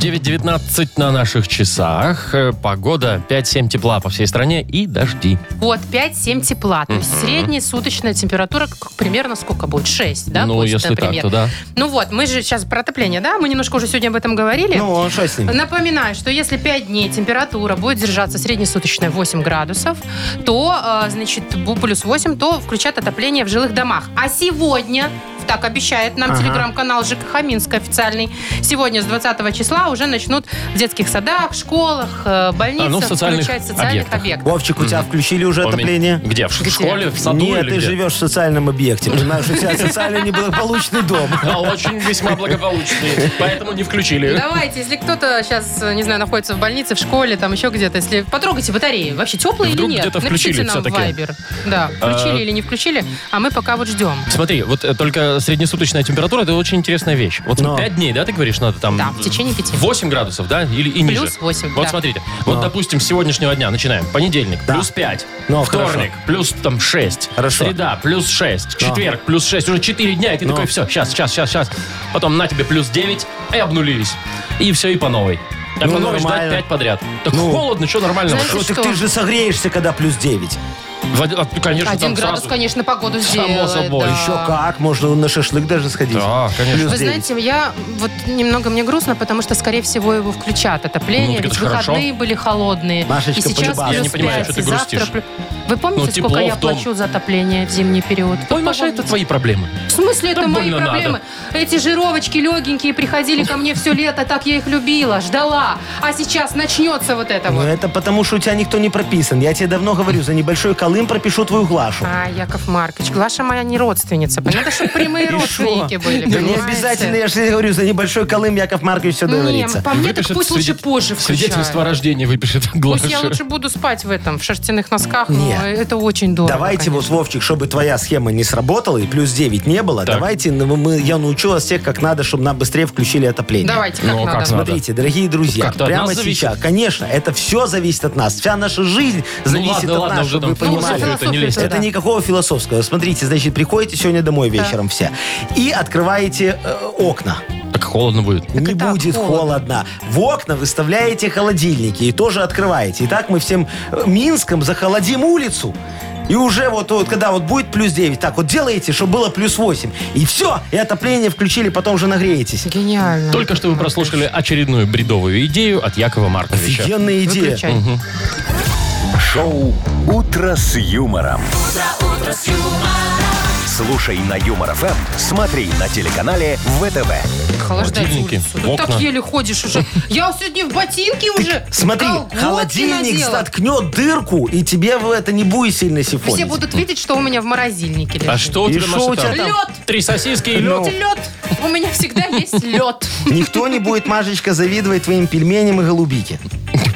Speaker 1: 9.19 на наших часах. Э, Погода 5-7 тепла по всей стране и дожди.
Speaker 2: Вот 5-7 тепла. То есть средняя суточная температура к- примерно сколько будет? 6, да?
Speaker 1: ну,
Speaker 2: будет,
Speaker 1: если
Speaker 2: например.
Speaker 1: так, то да.
Speaker 2: Ну вот, мы же сейчас про отопление, да? Мы немножко уже сегодня об этом говорили.
Speaker 3: Ну, что с ним?
Speaker 2: Напоминаю, что если 5 дней температура будет держаться среднесуточная 8 градусов, то, э, значит, бу- плюс 8, то включат отопление в жилых домах. А сегодня, так обещает нам
Speaker 3: Ага.
Speaker 2: телеграм-канал ЖКХ Минск официальный, сегодня с 20 числа уже начнут в детских садах, школах, э, больницах
Speaker 1: А, ну, в социальных
Speaker 2: включать социальных
Speaker 1: объектах.
Speaker 2: объектах.
Speaker 3: Вовчик, у тебя включили уже
Speaker 1: Он меня-
Speaker 3: отопление?
Speaker 1: Где? В ш- в школе, в саду
Speaker 3: Нет,
Speaker 1: или
Speaker 3: ты
Speaker 1: где?
Speaker 3: живешь в социальном объекте. Понимаешь, у тебя социально неблагополучный дом.
Speaker 1: А, Очень весьма благополучный, поэтому не включили.
Speaker 2: Давайте, если кто-то сейчас, не знаю, находится в больнице, в школе, там еще где-то, если потрогайте батареи, вообще теплые или
Speaker 1: Вдруг
Speaker 2: нет,
Speaker 1: где-то
Speaker 2: напишите
Speaker 1: включили
Speaker 2: нам в
Speaker 1: все-таки.
Speaker 2: Viber. Да, включили
Speaker 1: А.
Speaker 2: или не включили, а мы пока вот ждем.
Speaker 1: Смотри, вот э, только среднесуточная температура это очень интересная вещь. Вот
Speaker 3: Но.
Speaker 1: 5 дней, да, ты говоришь, надо там.
Speaker 2: Да, в течение пяти.
Speaker 1: 8 градусов, да? Или и ниже.
Speaker 2: Плюс восемь,
Speaker 1: Вот
Speaker 2: да.
Speaker 1: смотрите. Вот, допустим, с сегодняшнего дня начинаем. Понедельник,
Speaker 3: Да.
Speaker 1: плюс 5.
Speaker 3: Ну,
Speaker 1: Вторник, плюс там 6.
Speaker 3: Хорошо.
Speaker 1: Среда, плюс 6. Четверг, плюс 6. Уже 4 дня, и ты такой, все, сейчас, сейчас, сейчас, сейчас. Потом на тебе плюс 9, и обнулились. И все, и по новой. А
Speaker 3: Ну,
Speaker 1: по новой ждать
Speaker 3: нормально.
Speaker 1: 5 подряд. Так
Speaker 3: Ну.
Speaker 1: холодно, что нормально?
Speaker 2: Знаешь,
Speaker 3: Шо,
Speaker 2: Ты
Speaker 3: ты,
Speaker 2: что?
Speaker 3: ты же согреешься, когда плюс 9.
Speaker 1: конечно,
Speaker 2: Один
Speaker 1: там
Speaker 2: градус,
Speaker 1: сразу.
Speaker 2: конечно, погоду
Speaker 1: Само
Speaker 2: сделает.
Speaker 1: собой.
Speaker 2: да.
Speaker 3: Еще как, можно на шашлык даже сходить.
Speaker 1: Да, конечно.
Speaker 3: Плюс
Speaker 2: Вы
Speaker 3: 9.
Speaker 2: знаете, я вот немного мне грустно, потому что, скорее всего, его включат
Speaker 1: Ну,
Speaker 2: отопление,
Speaker 1: так это
Speaker 2: ведь
Speaker 1: же хорошо.
Speaker 2: выходные были холодные.
Speaker 3: Машечка,
Speaker 2: и сейчас
Speaker 3: полюбас.
Speaker 2: плюс
Speaker 3: Я не
Speaker 1: понимаю,
Speaker 2: пять,
Speaker 1: что ты
Speaker 2: и завтра
Speaker 1: грустишь.
Speaker 2: плю- Вы помните,
Speaker 1: Ну, тепло
Speaker 2: сколько я
Speaker 1: в дом.
Speaker 2: плачу за отопление в зимний период?
Speaker 1: Ой, Маша, это твои проблемы.
Speaker 2: В смысле, это
Speaker 1: Да
Speaker 2: мои
Speaker 1: больно
Speaker 2: проблемы? Эти жировочки легенькие приходили ко мне все лето, так я их любила, ждала. А сейчас начнется вот это
Speaker 3: Ну,
Speaker 2: вот.
Speaker 3: это потому, что у тебя никто не прописан. Я тебе давно говорю, за небольшой колым пропишу твою Глашу.
Speaker 2: А, Яков Маркович, Глаша моя не родственница. Надо, чтобы прямые
Speaker 3: И шо?
Speaker 2: родственники были.
Speaker 3: Да не
Speaker 2: понимаете?
Speaker 3: обязательно, я же тебе говорю, за небольшой колым Яков Маркович все
Speaker 2: Не, ну,
Speaker 3: договорится.
Speaker 2: по А мне так
Speaker 1: Выпишет
Speaker 2: пусть лучше
Speaker 1: свидет-
Speaker 2: позже
Speaker 1: Свидетельство о
Speaker 2: включают.
Speaker 1: рождении выпишет
Speaker 2: Пусть
Speaker 1: Глаша.
Speaker 2: я лучше буду спать в этом, в шерстяных носках.
Speaker 3: Не.
Speaker 2: но Это очень дорого.
Speaker 3: Давайте
Speaker 2: конечно.
Speaker 3: вот, Вовчик, чтобы твоя схема не сработала и плюс 9 не было,
Speaker 1: Так.
Speaker 3: давайте ну, мы, я научу вас всех, как надо, чтобы нам быстрее включили отопление.
Speaker 2: Давайте, как
Speaker 1: Ну, как
Speaker 2: надо.
Speaker 1: надо.
Speaker 3: Смотрите, дорогие друзья,
Speaker 1: Как-то от
Speaker 3: прямо
Speaker 1: нас зависит?
Speaker 3: сейчас, конечно, это все зависит от нас. Вся наша жизнь зависит
Speaker 1: Ну, ладно,
Speaker 3: от
Speaker 1: ладно,
Speaker 3: нас,
Speaker 1: уже
Speaker 3: чтобы
Speaker 1: там
Speaker 3: вы понимали.
Speaker 1: философию-то не
Speaker 2: Философию-то,
Speaker 1: лезьте.
Speaker 2: да.
Speaker 3: Это никакого философского. Смотрите, значит, приходите сегня домой вечером все и открываете э, окна.
Speaker 1: Так холодно будет.
Speaker 3: не
Speaker 2: и так
Speaker 3: будет
Speaker 2: холодно.
Speaker 3: холодно. В окна выставляете холодильники и тоже открываете. И так мы всем э, Минском захолодим улицу. И уже вот, вот когда вот будет плюс 9, так вот делаете, чтобы было плюс 8. И все, и отопление включили, потом же нагреетесь.
Speaker 2: Гениально.
Speaker 1: Только что вы прослушали очередную бредовую идею от Якова Марковича.
Speaker 3: Офигенная идея.
Speaker 2: Выключай.
Speaker 4: Шоу Утро с юмором. Слушай на Юмор ФМ, смотри на телеканале ВТВ.
Speaker 2: Охлаждать
Speaker 1: Холодильники,
Speaker 2: улицу.
Speaker 1: в
Speaker 2: Да
Speaker 1: окна.
Speaker 2: Так еле ходишь уже. Я сегодня в ботинке уже.
Speaker 3: Смотри,
Speaker 2: колготки
Speaker 3: холодильник
Speaker 2: надела.
Speaker 3: заткнет дырку, и тебе в это не будет сильно сифонить.
Speaker 2: Все будут видеть, что у меня в морозильнике лежит.
Speaker 1: А что у
Speaker 3: И
Speaker 1: тебя,
Speaker 3: шо
Speaker 1: Маша,
Speaker 3: у тебя
Speaker 1: там?
Speaker 3: там?
Speaker 2: Лед!
Speaker 1: Три сосиски и
Speaker 3: Ну.
Speaker 1: лед?
Speaker 2: Лед! У меня всегда есть лед.
Speaker 3: Никто не будет, Машечка, завидовать твоим пельменям и голубике.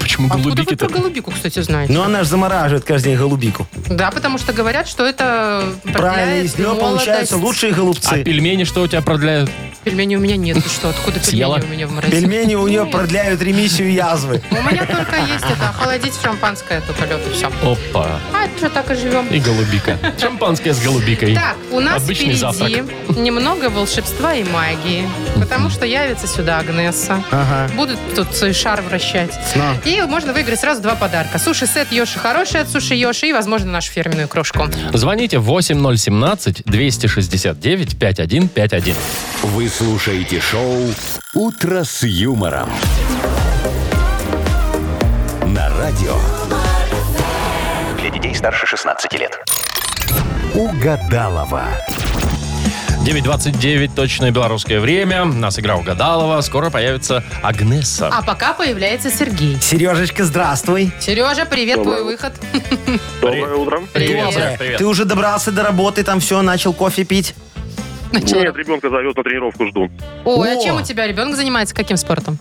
Speaker 1: Почему
Speaker 2: Откуда вы про
Speaker 1: голубики-то?
Speaker 2: голубику, кстати, знаете?
Speaker 3: Ну, она же замораживает каждый день голубику.
Speaker 2: Да, потому что говорят, что это
Speaker 3: Правильно, из нее получаются лучшие
Speaker 1: А
Speaker 3: голубцы.
Speaker 1: пельмени что у тебя продляют?
Speaker 2: Пельмени у меня нет. Ты что, откуда
Speaker 1: Съела?
Speaker 2: пельмени у меня в морозильнике?
Speaker 3: Пельмени у нее продляют ремиссию язвы.
Speaker 2: У меня только есть это, охолодить шампанское, только лед и все.
Speaker 1: Опа.
Speaker 2: А, что, так и живем.
Speaker 1: И голубика. Шампанское с голубикой.
Speaker 2: Так, у нас
Speaker 1: Обычный
Speaker 2: впереди
Speaker 1: завтрак.
Speaker 2: немного волшебства и магии, потому что явится сюда Агнесса.
Speaker 3: Ага.
Speaker 2: Будут тут свой шар вращать.
Speaker 3: Ну.
Speaker 2: И можно выиграть сразу два подарка. Суши-сет Йоши хороший от Суши Йоши и, возможно, нашу фирменную кружку.
Speaker 1: Звоните 8017-269-5151.
Speaker 4: Вы слушаете шоу «Утро с юмором». На радио
Speaker 6: Для детей старше 16 лет.
Speaker 4: «Угадалова».
Speaker 1: 9.29, точное белорусское время. Нас игра угадалова. Скоро появится Агнеса.
Speaker 2: А пока появляется Сергей.
Speaker 3: Сережечка, здравствуй.
Speaker 2: Сережа, привет,
Speaker 5: Доброе
Speaker 2: твой выход.
Speaker 5: Доброе утро.
Speaker 2: А,
Speaker 1: Привет,
Speaker 3: Доброе.
Speaker 1: Серег, привет.
Speaker 3: Ты уже добрался до работы, там все, начал кофе пить?
Speaker 2: Начала.
Speaker 5: Нет, ребенка завез на тренировку, жду.
Speaker 2: Ой, а
Speaker 3: О!
Speaker 2: чем у тебя ребенок занимается? Каким спортом?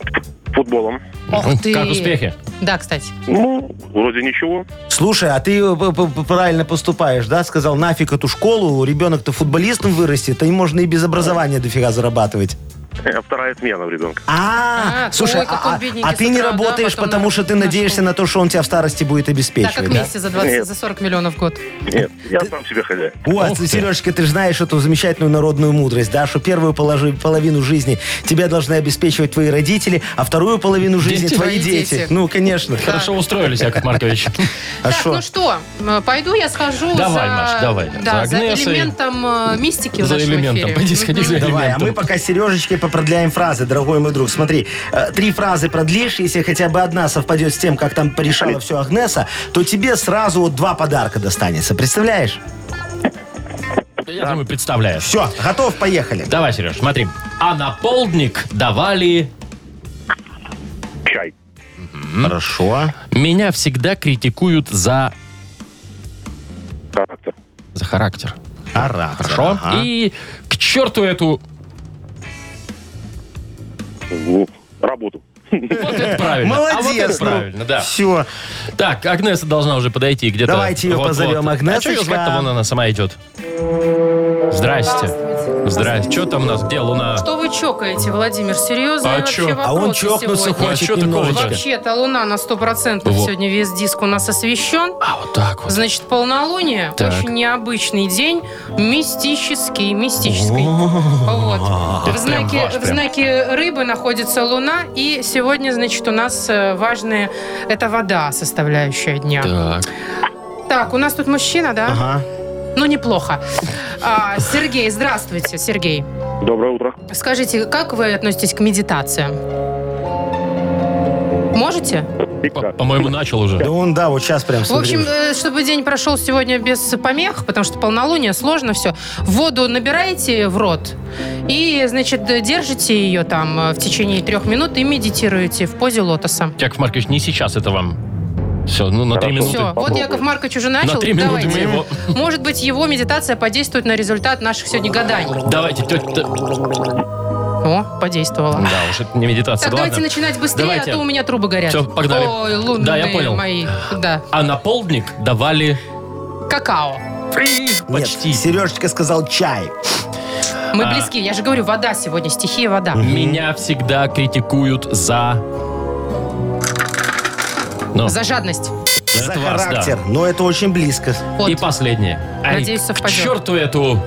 Speaker 5: Футболом.
Speaker 2: Ох ты.
Speaker 1: Ну, Как успехи?
Speaker 2: Да, кстати.
Speaker 5: Ну, вроде ничего.
Speaker 3: Слушай, а ты э, п- п- правильно поступаешь, да? Сказал, нафиг эту школу, ребенок-то футболистом вырастет, а им можно и без образования дофига зарабатывать.
Speaker 5: Э, Вторая смена в ребенка.
Speaker 3: А,
Speaker 2: А,
Speaker 3: слушай,
Speaker 2: ой, какой
Speaker 3: а- а-
Speaker 2: бедненький
Speaker 3: а ты не
Speaker 2: с утра, да,
Speaker 3: работаешь,
Speaker 2: потом
Speaker 3: потому что ты
Speaker 2: на
Speaker 3: надеешься
Speaker 2: школу.
Speaker 3: на то, что он тебя в старости будет
Speaker 2: Да, как
Speaker 3: обеспечивать, да?
Speaker 2: Месси за 20,
Speaker 5: Нет.
Speaker 2: за 40 миллионов в год.
Speaker 5: Нет, я сам себе хозяин.
Speaker 3: Вот,
Speaker 1: Ух ты.
Speaker 3: Сережечка, ты же знаешь эту замечательную народную мудрость, да, что первую положи- половину жизни тебе должны обеспечивать твои родители, а вторую половину жизни
Speaker 1: Дети.
Speaker 2: Твои
Speaker 3: твои дети.
Speaker 2: дети.
Speaker 3: Ну, конечно.
Speaker 1: Хорошо устроились, Яков Маркович.
Speaker 3: А
Speaker 2: так,
Speaker 3: шо?
Speaker 2: ну что, э, пойду я схожу
Speaker 1: Давай,
Speaker 2: за...
Speaker 1: Маш, давай.
Speaker 2: Да,
Speaker 1: За
Speaker 2: за,
Speaker 1: Агнесой.
Speaker 2: элементом э, мистики в
Speaker 1: За
Speaker 2: нашем
Speaker 1: элементом.
Speaker 2: эфире.
Speaker 1: Пойди сходи за
Speaker 3: Давай, а мы
Speaker 1: элементом.
Speaker 3: пока Сережечке попродляем фразы, дорогой мой друг. Смотри, э, три фразы продлишь, если хотя бы одна совпадет с тем, как там порешала все Агнеса, то тебе сразу вот два подарка достанется. Представляешь?
Speaker 1: Я думаю, представляешь.
Speaker 3: Все, готов, поехали.
Speaker 1: Давай, Сереж, смотри. А на полдник давали...
Speaker 5: Чай.
Speaker 3: Хорошо.
Speaker 1: Меня всегда критикуют за...
Speaker 5: Характер.
Speaker 1: За характер.
Speaker 3: Хорошо.
Speaker 1: Хорошо? И к черту эту...
Speaker 5: Ну, Работу.
Speaker 1: Вот это правильно.
Speaker 3: Молодец. ну.
Speaker 1: А вот это правильно, да.
Speaker 3: Все.
Speaker 1: Так, Агнеса должна уже подойти где-то.
Speaker 3: Давайте ее позовем,
Speaker 1: А что ее
Speaker 3: Агнесочка.
Speaker 1: звать-то? Вон она сама идет. Здрасте. Здрасте. Что там у нас? Где луна?
Speaker 2: Что вы чокаете, Владимир? Серьезно?
Speaker 1: А
Speaker 2: вообще
Speaker 1: чё? А
Speaker 3: А он
Speaker 2: вопросы
Speaker 3: чокнуться
Speaker 2: сегодня.
Speaker 3: хочет
Speaker 1: А чё такого-то?
Speaker 3: немножечко.
Speaker 2: Вообще-то луна на 100%
Speaker 1: Во.
Speaker 2: сегодня весь диск у нас освещен.
Speaker 1: А, вот так вот.
Speaker 2: Значит, полнолуние.
Speaker 1: Так.
Speaker 2: Очень необычный день. Мистический, мистический.
Speaker 1: Это
Speaker 2: Вот. В
Speaker 1: прям
Speaker 2: знаке,
Speaker 1: ваш
Speaker 2: в
Speaker 1: прям.
Speaker 2: знаке рыбы находится луна, и сегодня, значит, у нас э, важная это вода, составляющая дня.
Speaker 1: Так.
Speaker 2: Так, у нас тут мужчина, да?
Speaker 3: Ага.
Speaker 2: Ну, неплохо. А, Сергей, здравствуйте, Сергей.
Speaker 5: Доброе утро.
Speaker 2: Скажите, как вы относитесь к медитациям? Можете?
Speaker 5: И
Speaker 1: По-
Speaker 5: как?
Speaker 1: По-моему, начал уже.
Speaker 3: Да он, да, вот сейчас прям
Speaker 2: В
Speaker 3: смотри.
Speaker 2: общем, э, чтобы день прошел сегодня без помех, потому что полнолуние, сложно все. Воду набираете в рот и, значит, э, держите ее там э, в течение трех минут и медитируете в позе лотоса.
Speaker 1: Яков Маркович, не сейчас это вам. Все, ну на три
Speaker 5: Хорошо.
Speaker 1: минуты.
Speaker 2: Все, вот
Speaker 5: попробуй.
Speaker 2: Яков Маркович уже начал.
Speaker 1: На три минуты мы
Speaker 2: Давайте.
Speaker 1: его...
Speaker 2: Может быть, его медитация подействует на результат наших сегодня гаданий.
Speaker 1: Давайте, тетя...
Speaker 2: О, подействовала.
Speaker 1: Да, уж это не медитация.
Speaker 2: Так,
Speaker 1: да
Speaker 2: давайте
Speaker 1: ладно.
Speaker 2: начинать быстрее,
Speaker 1: Давайте.
Speaker 2: а то у меня трубы горят.
Speaker 1: Всё, погнали.
Speaker 2: Ой, лунные
Speaker 1: Да, я понял.
Speaker 2: мои. Да.
Speaker 1: А на полдник давали...
Speaker 2: Какао.
Speaker 3: Нет,
Speaker 1: Почти.
Speaker 3: Сережечка сказал чай.
Speaker 2: Мы
Speaker 1: А.
Speaker 2: близки. Я же говорю, вода сегодня, стихия вода.
Speaker 1: Меня всегда критикуют за... Ну,
Speaker 2: За жадность.
Speaker 3: За
Speaker 1: это вас, да.
Speaker 3: характер. Но это очень близко.
Speaker 2: Вот.
Speaker 1: И последнее. Ай,
Speaker 2: Надеюсь,
Speaker 1: к
Speaker 2: совпадет.
Speaker 1: черту эту...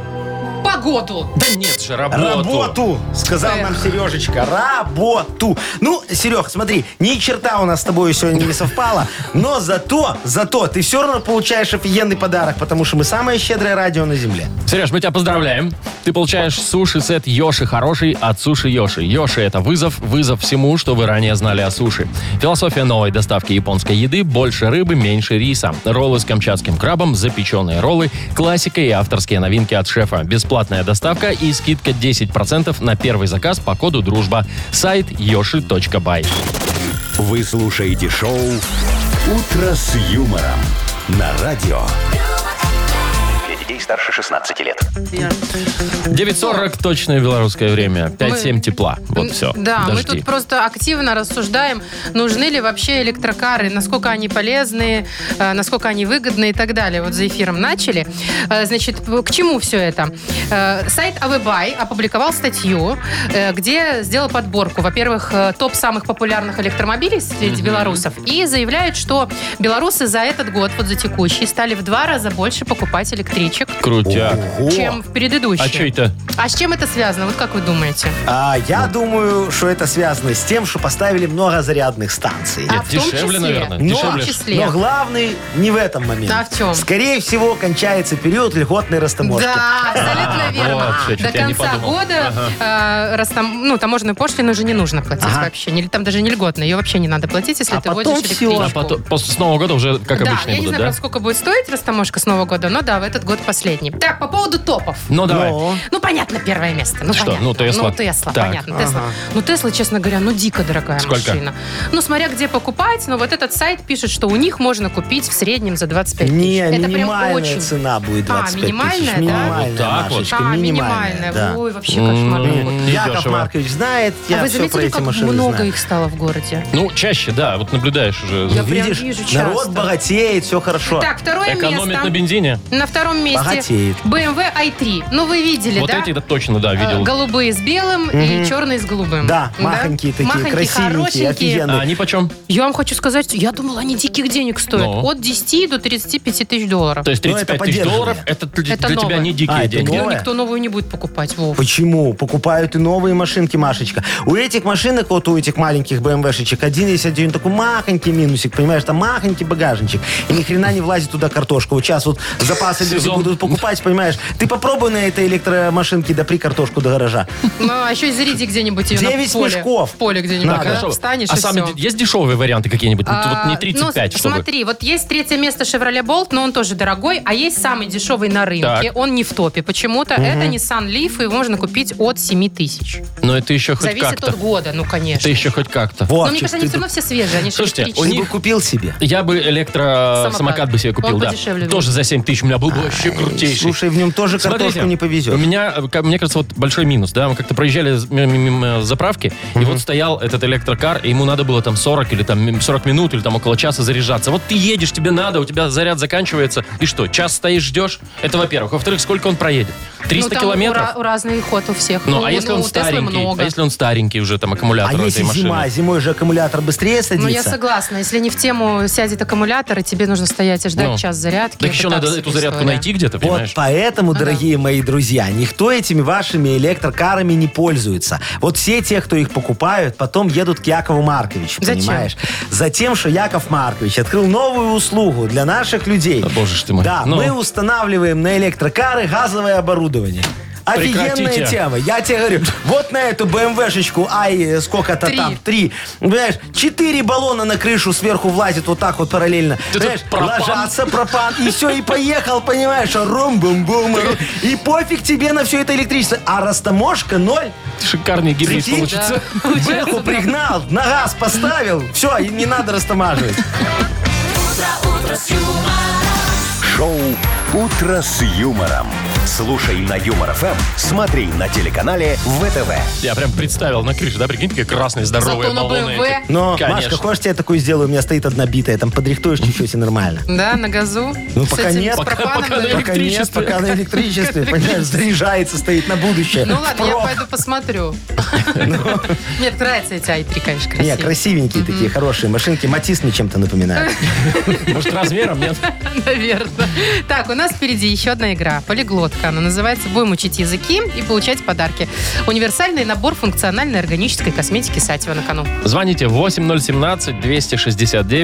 Speaker 2: По погоду.
Speaker 1: Да нет же, работу.
Speaker 3: Работу, сказал нам Сережечка. Работу. Ну, Серег, смотри, ни черта у нас с тобой сегодня не совпало, но зато, зато ты все равно получаешь офигенный подарок, потому что мы самое щедрое радио на земле.
Speaker 1: Сереж, мы тебя поздравляем. Ты получаешь суши-сет Йоши хороший от Суши Йоши. Йоши – это вызов, вызов всему, что вы ранее знали о суши. Философия новой доставки японской еды – больше рыбы, меньше риса. Роллы с камчатским крабом, запеченные роллы, классика и авторские новинки от шефа. Бесплатная доставка и скидка 10% на первый заказ по коду «Дружба». Сайт yoshi.by.
Speaker 4: Вы слушаете шоу «Утро с юмором» на радио.
Speaker 6: Для детей старше 16 лет.
Speaker 1: 9.40 точное белорусское время. 5-7 тепла. Вот все.
Speaker 2: Да,
Speaker 1: Дожди.
Speaker 2: мы тут просто активно рассуждаем, нужны ли вообще электрокары, насколько они полезны, э, насколько они выгодны и так далее. Вот за эфиром начали. Э, Значит, к чему все это? Э, Сайт Авебай опубликовал статью, э, где сделал подборку, во-первых, э, топ самых популярных электромобилей среди белорусов и заявляет, что белорусы за этот год, вот за текущий, стали в два раза больше покупать электричек,
Speaker 1: Крутяк.
Speaker 3: Ого.
Speaker 2: чем в предыдущий.
Speaker 1: А что это?
Speaker 2: А с чем это связано? Вот как вы думаете?
Speaker 3: А, я думаю, что это связано с тем, что поставили много зарядных станций.
Speaker 2: А в том
Speaker 1: дешевле,
Speaker 2: числе, Ну,
Speaker 1: наверное,
Speaker 2: в том
Speaker 1: дешевле. Ну, а
Speaker 2: числе.
Speaker 3: Но главный не в этом момент.
Speaker 2: А в чем?
Speaker 3: Скорее всего, кончается период льготной растаможки.
Speaker 2: Да, абсолютно
Speaker 1: А,
Speaker 2: верно.
Speaker 1: вот, всё,
Speaker 2: До
Speaker 1: чуть я не
Speaker 2: конца
Speaker 1: подумал.
Speaker 2: года э, раз там, ну, таможенную пошлину уже не нужно платить
Speaker 3: Ага.
Speaker 2: вообще. Не- Там даже не льготно, ее вообще не надо платить, если
Speaker 3: А
Speaker 2: ты
Speaker 3: потом
Speaker 2: водишь
Speaker 3: всё.
Speaker 2: электричку.
Speaker 1: А потом, после с Нового года уже, как
Speaker 2: да,
Speaker 1: обычно,
Speaker 2: я не
Speaker 1: будут,
Speaker 2: знаю,
Speaker 1: да?
Speaker 2: правда, сколько будет стоить растаможка с Нового года, но да, в этот год последний. Так, по поводу топов.
Speaker 1: Ну, давай.
Speaker 3: Но.
Speaker 2: Ну, понятно, первое место. Ну,
Speaker 1: Что?
Speaker 2: понятно.
Speaker 1: Ну, Тесла.
Speaker 2: Ну, Тесла,
Speaker 1: Так.
Speaker 2: понятно. Тесла. Ну, Тесла, честно говоря, ну, дико дорогая
Speaker 1: Сколько?
Speaker 2: машина. Ну, смотря где покупать, но вот этот сайт пишет, что у них можно купить в среднем за 25 тысяч.
Speaker 3: Не,
Speaker 2: Это прям
Speaker 3: минимальная
Speaker 2: очень
Speaker 3: цена будет
Speaker 2: А,
Speaker 3: 25
Speaker 2: минимальная, да?
Speaker 3: тысяч. Минимальная,
Speaker 1: Вот так вот.
Speaker 3: Машечка,
Speaker 2: А,
Speaker 3: минимальная.
Speaker 2: минимальная.
Speaker 3: да.
Speaker 2: Ой, вообще кошмар.
Speaker 1: М,
Speaker 2: какой.
Speaker 1: не
Speaker 3: Яков
Speaker 1: дешево.
Speaker 3: Маркович знает, я
Speaker 2: А вы
Speaker 3: все про
Speaker 2: заметили,
Speaker 3: эти
Speaker 2: как
Speaker 3: машины
Speaker 2: много
Speaker 3: знаю.
Speaker 2: их стало в городе?
Speaker 1: Ну, чаще, да. Вот наблюдаешь уже.
Speaker 2: Я прям
Speaker 3: Видишь,
Speaker 2: вижу часто.
Speaker 3: народ богатеет, все хорошо.
Speaker 2: Так, второе
Speaker 1: Экономит на
Speaker 2: место.
Speaker 1: бензине.
Speaker 2: На, втором месте эм
Speaker 3: Богатеет.
Speaker 2: BMW i3. Ну, вы видели,
Speaker 1: Вот
Speaker 2: да?
Speaker 1: эти-то точно, да,
Speaker 2: Э,
Speaker 1: видел.
Speaker 2: Голубые с белым и черные с голубым.
Speaker 3: Да, махонькие такие,
Speaker 2: Махонькие,
Speaker 3: красивенькие,
Speaker 2: хорошенькие.
Speaker 3: офигенные.
Speaker 1: А они почем?
Speaker 2: Я вам хочу сказать, я думала, они диких денег стоят.
Speaker 1: Ну.
Speaker 2: От 10 до 35 тысяч долларов.
Speaker 1: То есть
Speaker 3: Ну, это
Speaker 1: 35 тысяч
Speaker 3: подержанные.
Speaker 1: долларов, это для,
Speaker 2: Это
Speaker 1: для тебя
Speaker 2: новое.
Speaker 1: не дикие
Speaker 3: А, это
Speaker 1: деньги.
Speaker 2: Ну,
Speaker 3: новое?
Speaker 2: никто новую не будет покупать, Вов.
Speaker 3: Почему? Покупают и новые машинки, Машечка. У этих машинок, вот у этих маленьких БМВшечек, один есть один такой махонький минусик, понимаешь, там махонький багажничек. И ни хрена не влазит туда картошку. Вот сейчас вот запасы люди
Speaker 1: Сезон.
Speaker 3: будут покупать, понимаешь. Ты попробуй на этой электромашинке допри картошку до гаража.
Speaker 2: Ну, а еще и заряди где-нибудь ее на
Speaker 3: Девять
Speaker 2: поле.
Speaker 3: мешков.
Speaker 2: В поле где-нибудь.
Speaker 3: Да,
Speaker 2: да?
Speaker 1: Хорошо.
Speaker 2: Встанешь
Speaker 1: а
Speaker 2: и
Speaker 1: сами
Speaker 2: все.
Speaker 1: де- есть дешевые варианты какие-нибудь? Вот- вот
Speaker 2: А,
Speaker 1: не
Speaker 2: ну,
Speaker 1: 35, чтобы...
Speaker 2: Смотри, вот есть третье место Chevrolet Bolt, но он тоже дорогой, а есть самый дешевый на рынке.
Speaker 1: Так.
Speaker 2: Он не в топе. Почему-то это Nissan Leaf, и его можно купить от 7 тысяч.
Speaker 1: Но это еще хоть
Speaker 2: Зависит
Speaker 1: как-то.
Speaker 2: от года, ну,
Speaker 1: Это
Speaker 2: конечно.
Speaker 1: еще хоть как-то.
Speaker 2: Но
Speaker 3: Вот,
Speaker 2: мне кажется, они все равно все свежие, они же
Speaker 1: Слушайте,
Speaker 3: ты
Speaker 2: электрические.
Speaker 3: бы купил себе.
Speaker 1: Я бы электросамокат
Speaker 2: Самокат.
Speaker 1: бы себе купил,
Speaker 2: Он
Speaker 1: да.
Speaker 2: подешевле был.
Speaker 1: Тоже за 7 тысяч у меня был бы вообще крутейший.
Speaker 3: А, Слушай, в нем тоже
Speaker 1: Смотрите,
Speaker 3: картошку не повезет.
Speaker 1: У меня, э, ка- мне кажется, вот большой минус, да, мы как-то проезжали з- м- м- мимо заправки, и вот стоял этот электрокар, и ему надо было там 40 или там м, 40 минут, или там около часа заряжаться. Вот ты едешь, тебе надо, у тебя заряд заканчивается, и что, час стоишь, ждешь? Это во-первых. Во-вторых, сколько он проедет? 300
Speaker 2: Ну, там
Speaker 1: километров?
Speaker 2: у ра- у разный ход у всех.
Speaker 1: Ну,
Speaker 2: У-
Speaker 1: а если
Speaker 2: ну,
Speaker 1: он
Speaker 2: у Теслы
Speaker 1: старенький?
Speaker 2: много.
Speaker 1: А если он старенький уже, там, аккумулятор
Speaker 3: А
Speaker 1: у
Speaker 3: если
Speaker 1: этой машины?
Speaker 3: зима, зимой же аккумулятор быстрее
Speaker 2: Ну,
Speaker 3: садится.
Speaker 2: я согласна. Если не в тему сядет аккумулятор, и тебе нужно стоять и ждать
Speaker 1: Ну.
Speaker 2: час зарядки.
Speaker 1: Так
Speaker 2: это
Speaker 1: еще
Speaker 2: так
Speaker 1: надо
Speaker 2: себе
Speaker 1: эту зарядку
Speaker 2: история.
Speaker 1: найти где-то,
Speaker 3: Вот
Speaker 1: понимаешь?
Speaker 3: поэтому, дорогие мои друзья, никто этими вашими электрокарами не пользуется. Вот все те, кто их покупают, потом едут к Якову Марковичу,
Speaker 2: Зачем?
Speaker 3: понимаешь? Затем, что Яков Маркович открыл новую услугу для наших людей.
Speaker 1: Да, боже ж ты мой.
Speaker 3: Да,
Speaker 1: Ну.
Speaker 3: мы устанавливаем на электрокары газовое оборудование. Офигенная
Speaker 1: Прекратите.
Speaker 3: тема. Я тебе говорю, вот на эту БМВшечку, ай, э, сколько-то
Speaker 2: Три.
Speaker 3: там, три, понимаешь, четыре баллона на крышу сверху влазит вот так вот параллельно.
Speaker 1: Ты тут
Speaker 3: Знаешь,
Speaker 1: пропан.
Speaker 3: ложатся пропан, и все, и поехал, понимаешь, рум бум бум И пофиг тебе на все это электричество. А растаможка ноль.
Speaker 1: Шикарный гибрид
Speaker 3: Прикинь?
Speaker 1: получится.
Speaker 3: Бэху пригнал, на газ поставил. Все, и не надо растамаживать.
Speaker 4: Шоу «Утро с юмором». Слушай на Юмор ФМ, смотри на телеканале ВТВ.
Speaker 1: Я прям представил на крыше, да, прикинь, такие красные здоровые
Speaker 2: Зато на
Speaker 1: баллоны.
Speaker 2: BMW.
Speaker 1: эти.
Speaker 3: Но,
Speaker 1: Конечно.
Speaker 3: Машка, хочешь, я такую сделаю? У меня стоит одна битая. Там подрихтуешь чуть-чуть и нормально.
Speaker 2: Да, на газу.
Speaker 3: Ну,
Speaker 2: С
Speaker 3: пока
Speaker 2: этим,
Speaker 3: нет.
Speaker 2: с
Speaker 3: Пока-
Speaker 2: пропаном,
Speaker 1: пока
Speaker 2: наверное.
Speaker 1: на
Speaker 3: Пока нет,
Speaker 1: Электричество.
Speaker 3: пока на электричестве, понимаешь, заряжается, стоит на будущее.
Speaker 2: Ну ладно, я
Speaker 3: Впрок.
Speaker 2: пойду посмотрю. Мне нравятся эти i3, конечно,
Speaker 3: Ну. Не,
Speaker 2: красивые.
Speaker 3: красивенькие такие, хорошие машинки. Матис мне чем-то напоминает.
Speaker 1: Может, размером нет?
Speaker 2: Наверное. Так, у нас впереди еще одна игра. Полиглот. разработка. Она называется «Будем учить языки и получать подарки». Универсальный набор функциональной органической косметики Сатьева на кону.
Speaker 1: Звоните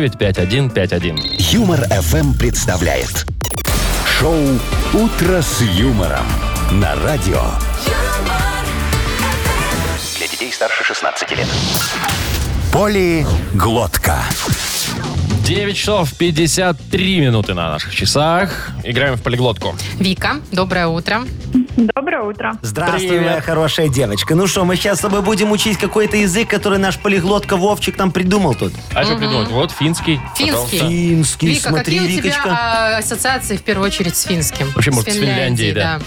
Speaker 1: 8017-269-5151.
Speaker 4: Юмор FM представляет шоу Утро с юмором на радио.
Speaker 6: Для детей старше 16 лет.
Speaker 4: Полиглотка.
Speaker 1: 9 часов 53 минуты на наших часах. Играем в полиглотку.
Speaker 2: Вика, доброе утро.
Speaker 7: Доброе утро.
Speaker 3: Здравствуй,
Speaker 1: Привет.
Speaker 3: моя хорошая девочка. Ну что, мы сейчас с тобой будем учить какой-то язык, который наш полиглотка Вовчик нам придумал тут.
Speaker 1: А что придумать? Вот финский.
Speaker 2: Финский.
Speaker 1: пожалуйста.
Speaker 3: Финский,
Speaker 2: Вика,
Speaker 3: смотри,
Speaker 2: какие
Speaker 3: Викочка.
Speaker 2: у тебя а, ассоциации в первую очередь с финским?
Speaker 1: Вообще, может, с Финляндией, да.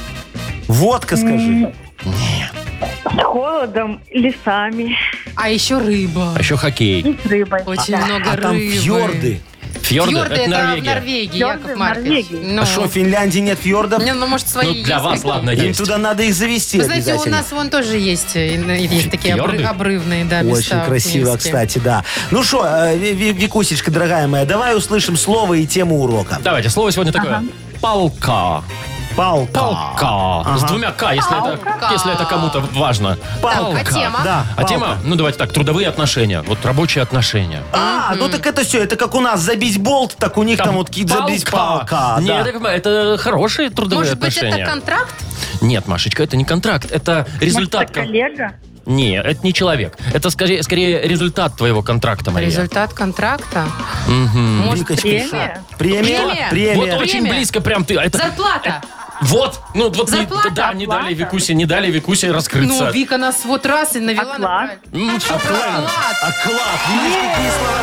Speaker 3: Водка, скажи.
Speaker 7: С холодом, лесами,
Speaker 2: А еще рыба.
Speaker 1: А еще хоккей.
Speaker 7: с рыбой.
Speaker 2: Очень много
Speaker 3: А
Speaker 2: рыбы.
Speaker 3: там фьорды.
Speaker 1: Фьорды,
Speaker 2: Фьорды
Speaker 1: это
Speaker 2: это в
Speaker 1: Норвегия.
Speaker 2: Норвегии,
Speaker 7: Фьорды
Speaker 2: Яков
Speaker 7: в
Speaker 2: Маркович. Ну,
Speaker 7: Норвегии.
Speaker 3: А что, в Финляндии нет фьордов?
Speaker 2: Не, ну, может, свои
Speaker 1: Ну, для
Speaker 2: есть
Speaker 1: вас,
Speaker 2: какие-то.
Speaker 1: ладно,
Speaker 3: Им
Speaker 1: есть.
Speaker 3: туда надо их завести
Speaker 2: Вы знаете, у
Speaker 3: обязательно.
Speaker 2: нас вон тоже есть, э, есть такие
Speaker 1: Фьорды?
Speaker 2: обры- обрывные, да,
Speaker 3: Очень
Speaker 2: места в
Speaker 3: красиво,
Speaker 2: Минске.
Speaker 3: кстати, да. Ну что, Викусечка, дорогая моя, давай услышим слово и тему урока.
Speaker 1: Давайте, слово сегодня такое. Палка.
Speaker 3: Палка.
Speaker 1: Палка. С двумя К, если это, если это кому-то важно.
Speaker 3: Палка.
Speaker 2: А тема?
Speaker 3: Да,
Speaker 1: А
Speaker 3: палка.
Speaker 1: тема, ну давайте так, трудовые отношения, вот рабочие отношения.
Speaker 3: А, ну так это все, это как у нас забить болт, так у них там, вот ки- забить палка.
Speaker 1: Нет,
Speaker 3: да.
Speaker 1: Яков Маркович, это хорошие трудовые
Speaker 2: Может быть,
Speaker 1: отношения.
Speaker 2: это контракт?
Speaker 1: Нет, Машечка, это не контракт, это результат.
Speaker 7: Может, это
Speaker 1: кон-
Speaker 7: коллега?
Speaker 1: Не, это не человек. Это скорее, скорее результат твоего контракта, Мария.
Speaker 2: Результат контракта? Может,
Speaker 3: Викочка.
Speaker 2: премия?
Speaker 3: Премия?
Speaker 2: Премия?
Speaker 1: Вот
Speaker 3: Премия.
Speaker 1: очень близко прям ты. а Это,
Speaker 2: Зарплата!
Speaker 1: вот, ну вот не-
Speaker 2: Зарплата,
Speaker 1: да, не дали
Speaker 7: оплата.
Speaker 1: Викусе, не дали Викусе
Speaker 2: Ну,
Speaker 1: раскрыться. Ну,
Speaker 2: Вика нас вот раз и навела
Speaker 7: Оклад?
Speaker 2: на правильный-
Speaker 1: М,
Speaker 3: Оклад. Оклад. А Видишь, какие слова?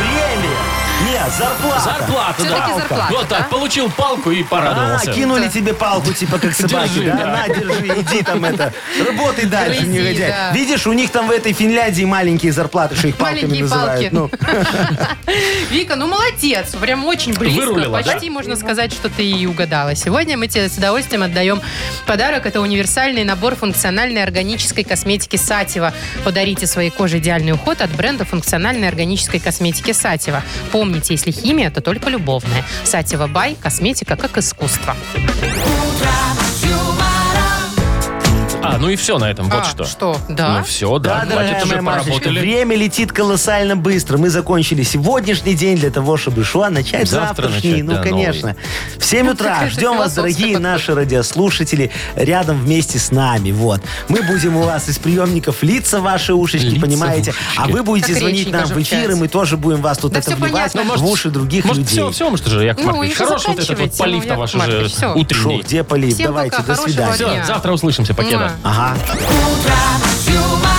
Speaker 3: Премия. Нет, зарплата.
Speaker 1: Зарплата, да. Ну,
Speaker 2: Все-таки зарплата,
Speaker 1: Вот так,
Speaker 2: да?
Speaker 1: получил палку и
Speaker 3: А,
Speaker 1: порадовался.
Speaker 3: кинули тебе палку, типа, как собаки,
Speaker 1: Держи,
Speaker 3: да?
Speaker 1: да.
Speaker 3: На, держи, иди там это, работай дальше,
Speaker 2: Грызи,
Speaker 3: негодяй.
Speaker 2: да.
Speaker 3: Видишь, у них там в этой Финляндии маленькие зарплаты, что их палками
Speaker 2: Маленькие
Speaker 3: называют.
Speaker 2: палки.
Speaker 3: Ну,
Speaker 2: Вика, ну молодец, прям очень близко.
Speaker 1: Вырулила, да?
Speaker 2: Почти можно сказать, что ты и угадала. Сегодня мы тебе с удовольствием отдаем подарок. Это универсальный набор функциональной органической косметики Сатева. Подарите своей коже идеальный уход от бренда функциональной органической косметики Сатева. Помните, если химия, то только любовная. Сатева Бай. Косметика как искусство.
Speaker 1: А, ну и все на этом, вот
Speaker 2: А,
Speaker 1: что.
Speaker 2: что? Да.
Speaker 1: Ну все, да,
Speaker 3: да,
Speaker 1: хватит
Speaker 3: дорогая
Speaker 1: уже
Speaker 3: моя Машечка,
Speaker 1: поработали.
Speaker 3: время летит колоссально быстро. Мы закончили сегодняский день для того, чтобы шла начать
Speaker 1: Завтра
Speaker 3: завтрашний.
Speaker 1: начать,
Speaker 3: Ну,
Speaker 1: да,
Speaker 3: конечно. В 7 утра
Speaker 2: какая-то
Speaker 3: ждем вас, дорогие
Speaker 2: Ну, философская
Speaker 3: наши радиослушатели, рядом вместе с нами. Вот. Мы будем у вас из приемников лица ваши ушечки,
Speaker 1: Лица,
Speaker 3: понимаете?
Speaker 1: ушечки.
Speaker 3: А вы будете
Speaker 2: Как
Speaker 3: звонить
Speaker 2: реченька
Speaker 3: нам
Speaker 2: же
Speaker 3: в
Speaker 2: в
Speaker 3: эфир, и
Speaker 2: чате.
Speaker 3: мы тоже будем вас тут
Speaker 2: Да всё
Speaker 3: отбивать
Speaker 2: понятно.
Speaker 3: в уши других
Speaker 1: Ну, Может,
Speaker 3: людей.
Speaker 1: все, все, может же, Яков
Speaker 2: Ну,
Speaker 1: Маркович,
Speaker 2: и
Speaker 1: хорош вот этот вот
Speaker 2: заканчивайте,
Speaker 1: полив
Speaker 2: ну,
Speaker 1: на ваш
Speaker 2: Яков
Speaker 1: уже
Speaker 2: Маркович, всё.
Speaker 3: Шо,
Speaker 1: утренний.
Speaker 3: где полив?
Speaker 2: Всем
Speaker 3: Давайте,
Speaker 2: пока,
Speaker 3: до
Speaker 2: хорошего
Speaker 3: свидания.
Speaker 1: Все,
Speaker 2: дня.
Speaker 1: завтра услышимся, покеда.
Speaker 2: Муа.
Speaker 3: Ага.
Speaker 9: Утро с юмором.